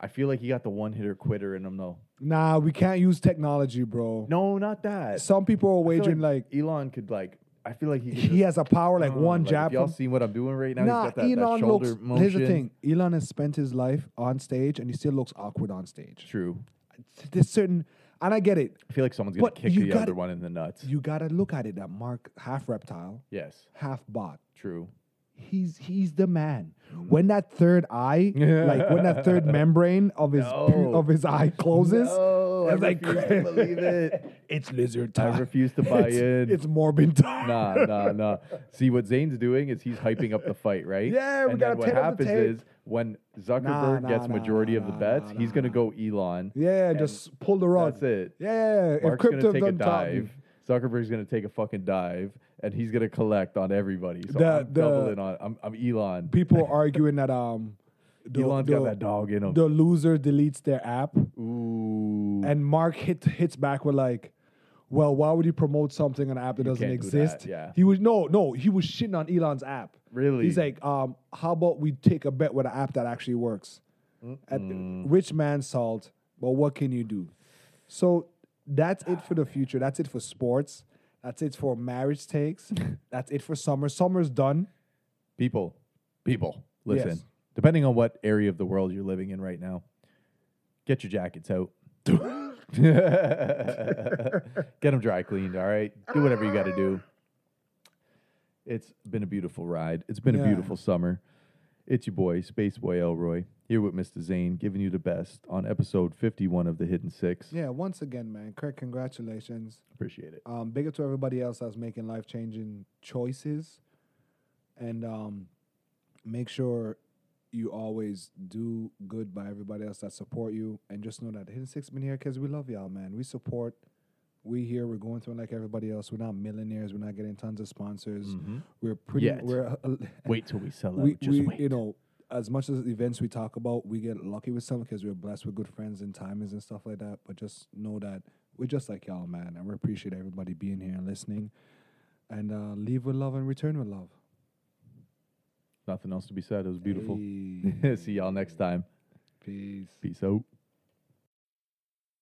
S2: I feel like he got the one hitter quitter in him though.
S1: Nah, we can't use technology, bro.
S2: No, not that.
S1: Some people are
S2: I feel
S1: wagering like
S2: Elon could like. I feel like he. Could
S1: he
S2: just-
S1: has a power like
S2: uh,
S1: one
S2: like,
S1: jab.
S2: If y'all
S1: from-
S2: seen what I'm doing right now?
S1: Nah,
S2: he's got that, that
S1: Elon
S2: shoulder
S1: looks.
S2: motion.
S1: Here's the thing: Elon has spent his life on stage, and he still looks awkward on stage.
S2: True.
S1: There's certain, and I get it.
S2: I feel like someone's gonna
S1: But
S2: kick
S1: you
S2: the
S1: gotta-
S2: other one in the nuts.
S1: You gotta look at it. That Mark, half reptile,
S2: yes.
S1: half bot.
S2: True.
S1: He's he's the man. When that
S2: *laughs*
S1: third eye, like when that third membrane of his
S2: No.
S1: of his eye closes,
S2: I
S1: It's like
S2: refuse to
S1: crap. *laughs*
S2: believe it.
S1: It's lizard
S2: I
S1: time. *laughs*
S2: refuse to buy
S1: it's,
S2: in.
S1: It's Morbin time.
S2: nah, nah, nah. See what Zane's doing is he's hyping up the fight,
S1: *laughs*
S2: right?
S1: Yeah, we
S2: and
S1: gotta
S2: then what
S1: tape up the
S2: happens
S1: tape.
S2: is when Zuckerberg
S1: nah,
S2: gets
S1: nah,
S2: majority
S1: nah,
S2: of the
S1: nah,
S2: bets,
S1: nah,
S2: he's gonna
S1: nah.
S2: go Elon.
S1: Yeah,
S2: and
S1: just pull the rug.
S2: That's it.
S1: Yeah, yeah, yeah. if
S2: Mark's gonna
S1: crypto
S2: take a
S1: doesn't top you,
S2: dive. Zuckerberg's gonna take a fucking dive, and he's gonna collect on everybody. So
S1: The-
S2: I'm
S1: the-
S2: doubling on. I'm, I'm Elon.
S1: people are arguing that
S2: *laughs*
S1: um, the,
S2: Elon's
S1: the-
S2: got that dog in him.
S1: the loser deletes their app,
S2: Ooh,
S1: and Mark hit, hits back with like, "Well, why would you promote something on an app that doesn't
S2: can't do that,
S1: exist?"
S2: yeah.
S1: He was no, no. He was shitting on Elon's app.
S2: Really?
S1: He's like, um, "How about we take a bet with an app that actually works?" And rich man salt. But what can you do? So that's it for the future. That's it for sports. That's it for marriage
S2: *laughs*
S1: takes. that's it for summer. Summer's done.
S2: people, people, listen.
S1: Yes.
S2: Depending on what area of the world you're living in right now, get your jackets out. *laughs* get them dry cleaned. All right, do whatever you got to do. It's been a beautiful ride. It's been
S1: Yeah.
S2: a beautiful summer. It's your boy, Space Boy Elroy, here with Mr. Zane, giving you the best on episode 51 of The Hidden Six.
S1: Yeah, once again, man. Kirk, congratulations.
S2: Appreciate it.
S1: Um, big up to everybody else that's making life changing choices. And um, make sure you always do good by everybody else that support you. And just know that Hidden Six been here because we love y'all, man. We support. We here. We're going through it like everybody else. We're not millionaires. We're not getting tons of sponsors. We're pretty.
S2: Mm. Yet.
S1: We're
S2: Wait till we sell out.
S1: we,
S2: Just
S1: we
S2: wait.
S1: you know as much as events we talk about we get lucky with some because we're blessed with good friends and timings and stuff like that but just know that we're just like y'all man and we appreciate everybody being here and listening and uh, leave with love and return with love
S2: Nothing else to be said. It was beautiful.
S1: Hey.
S2: *laughs* See y'all next time.
S1: peace
S2: Peace out.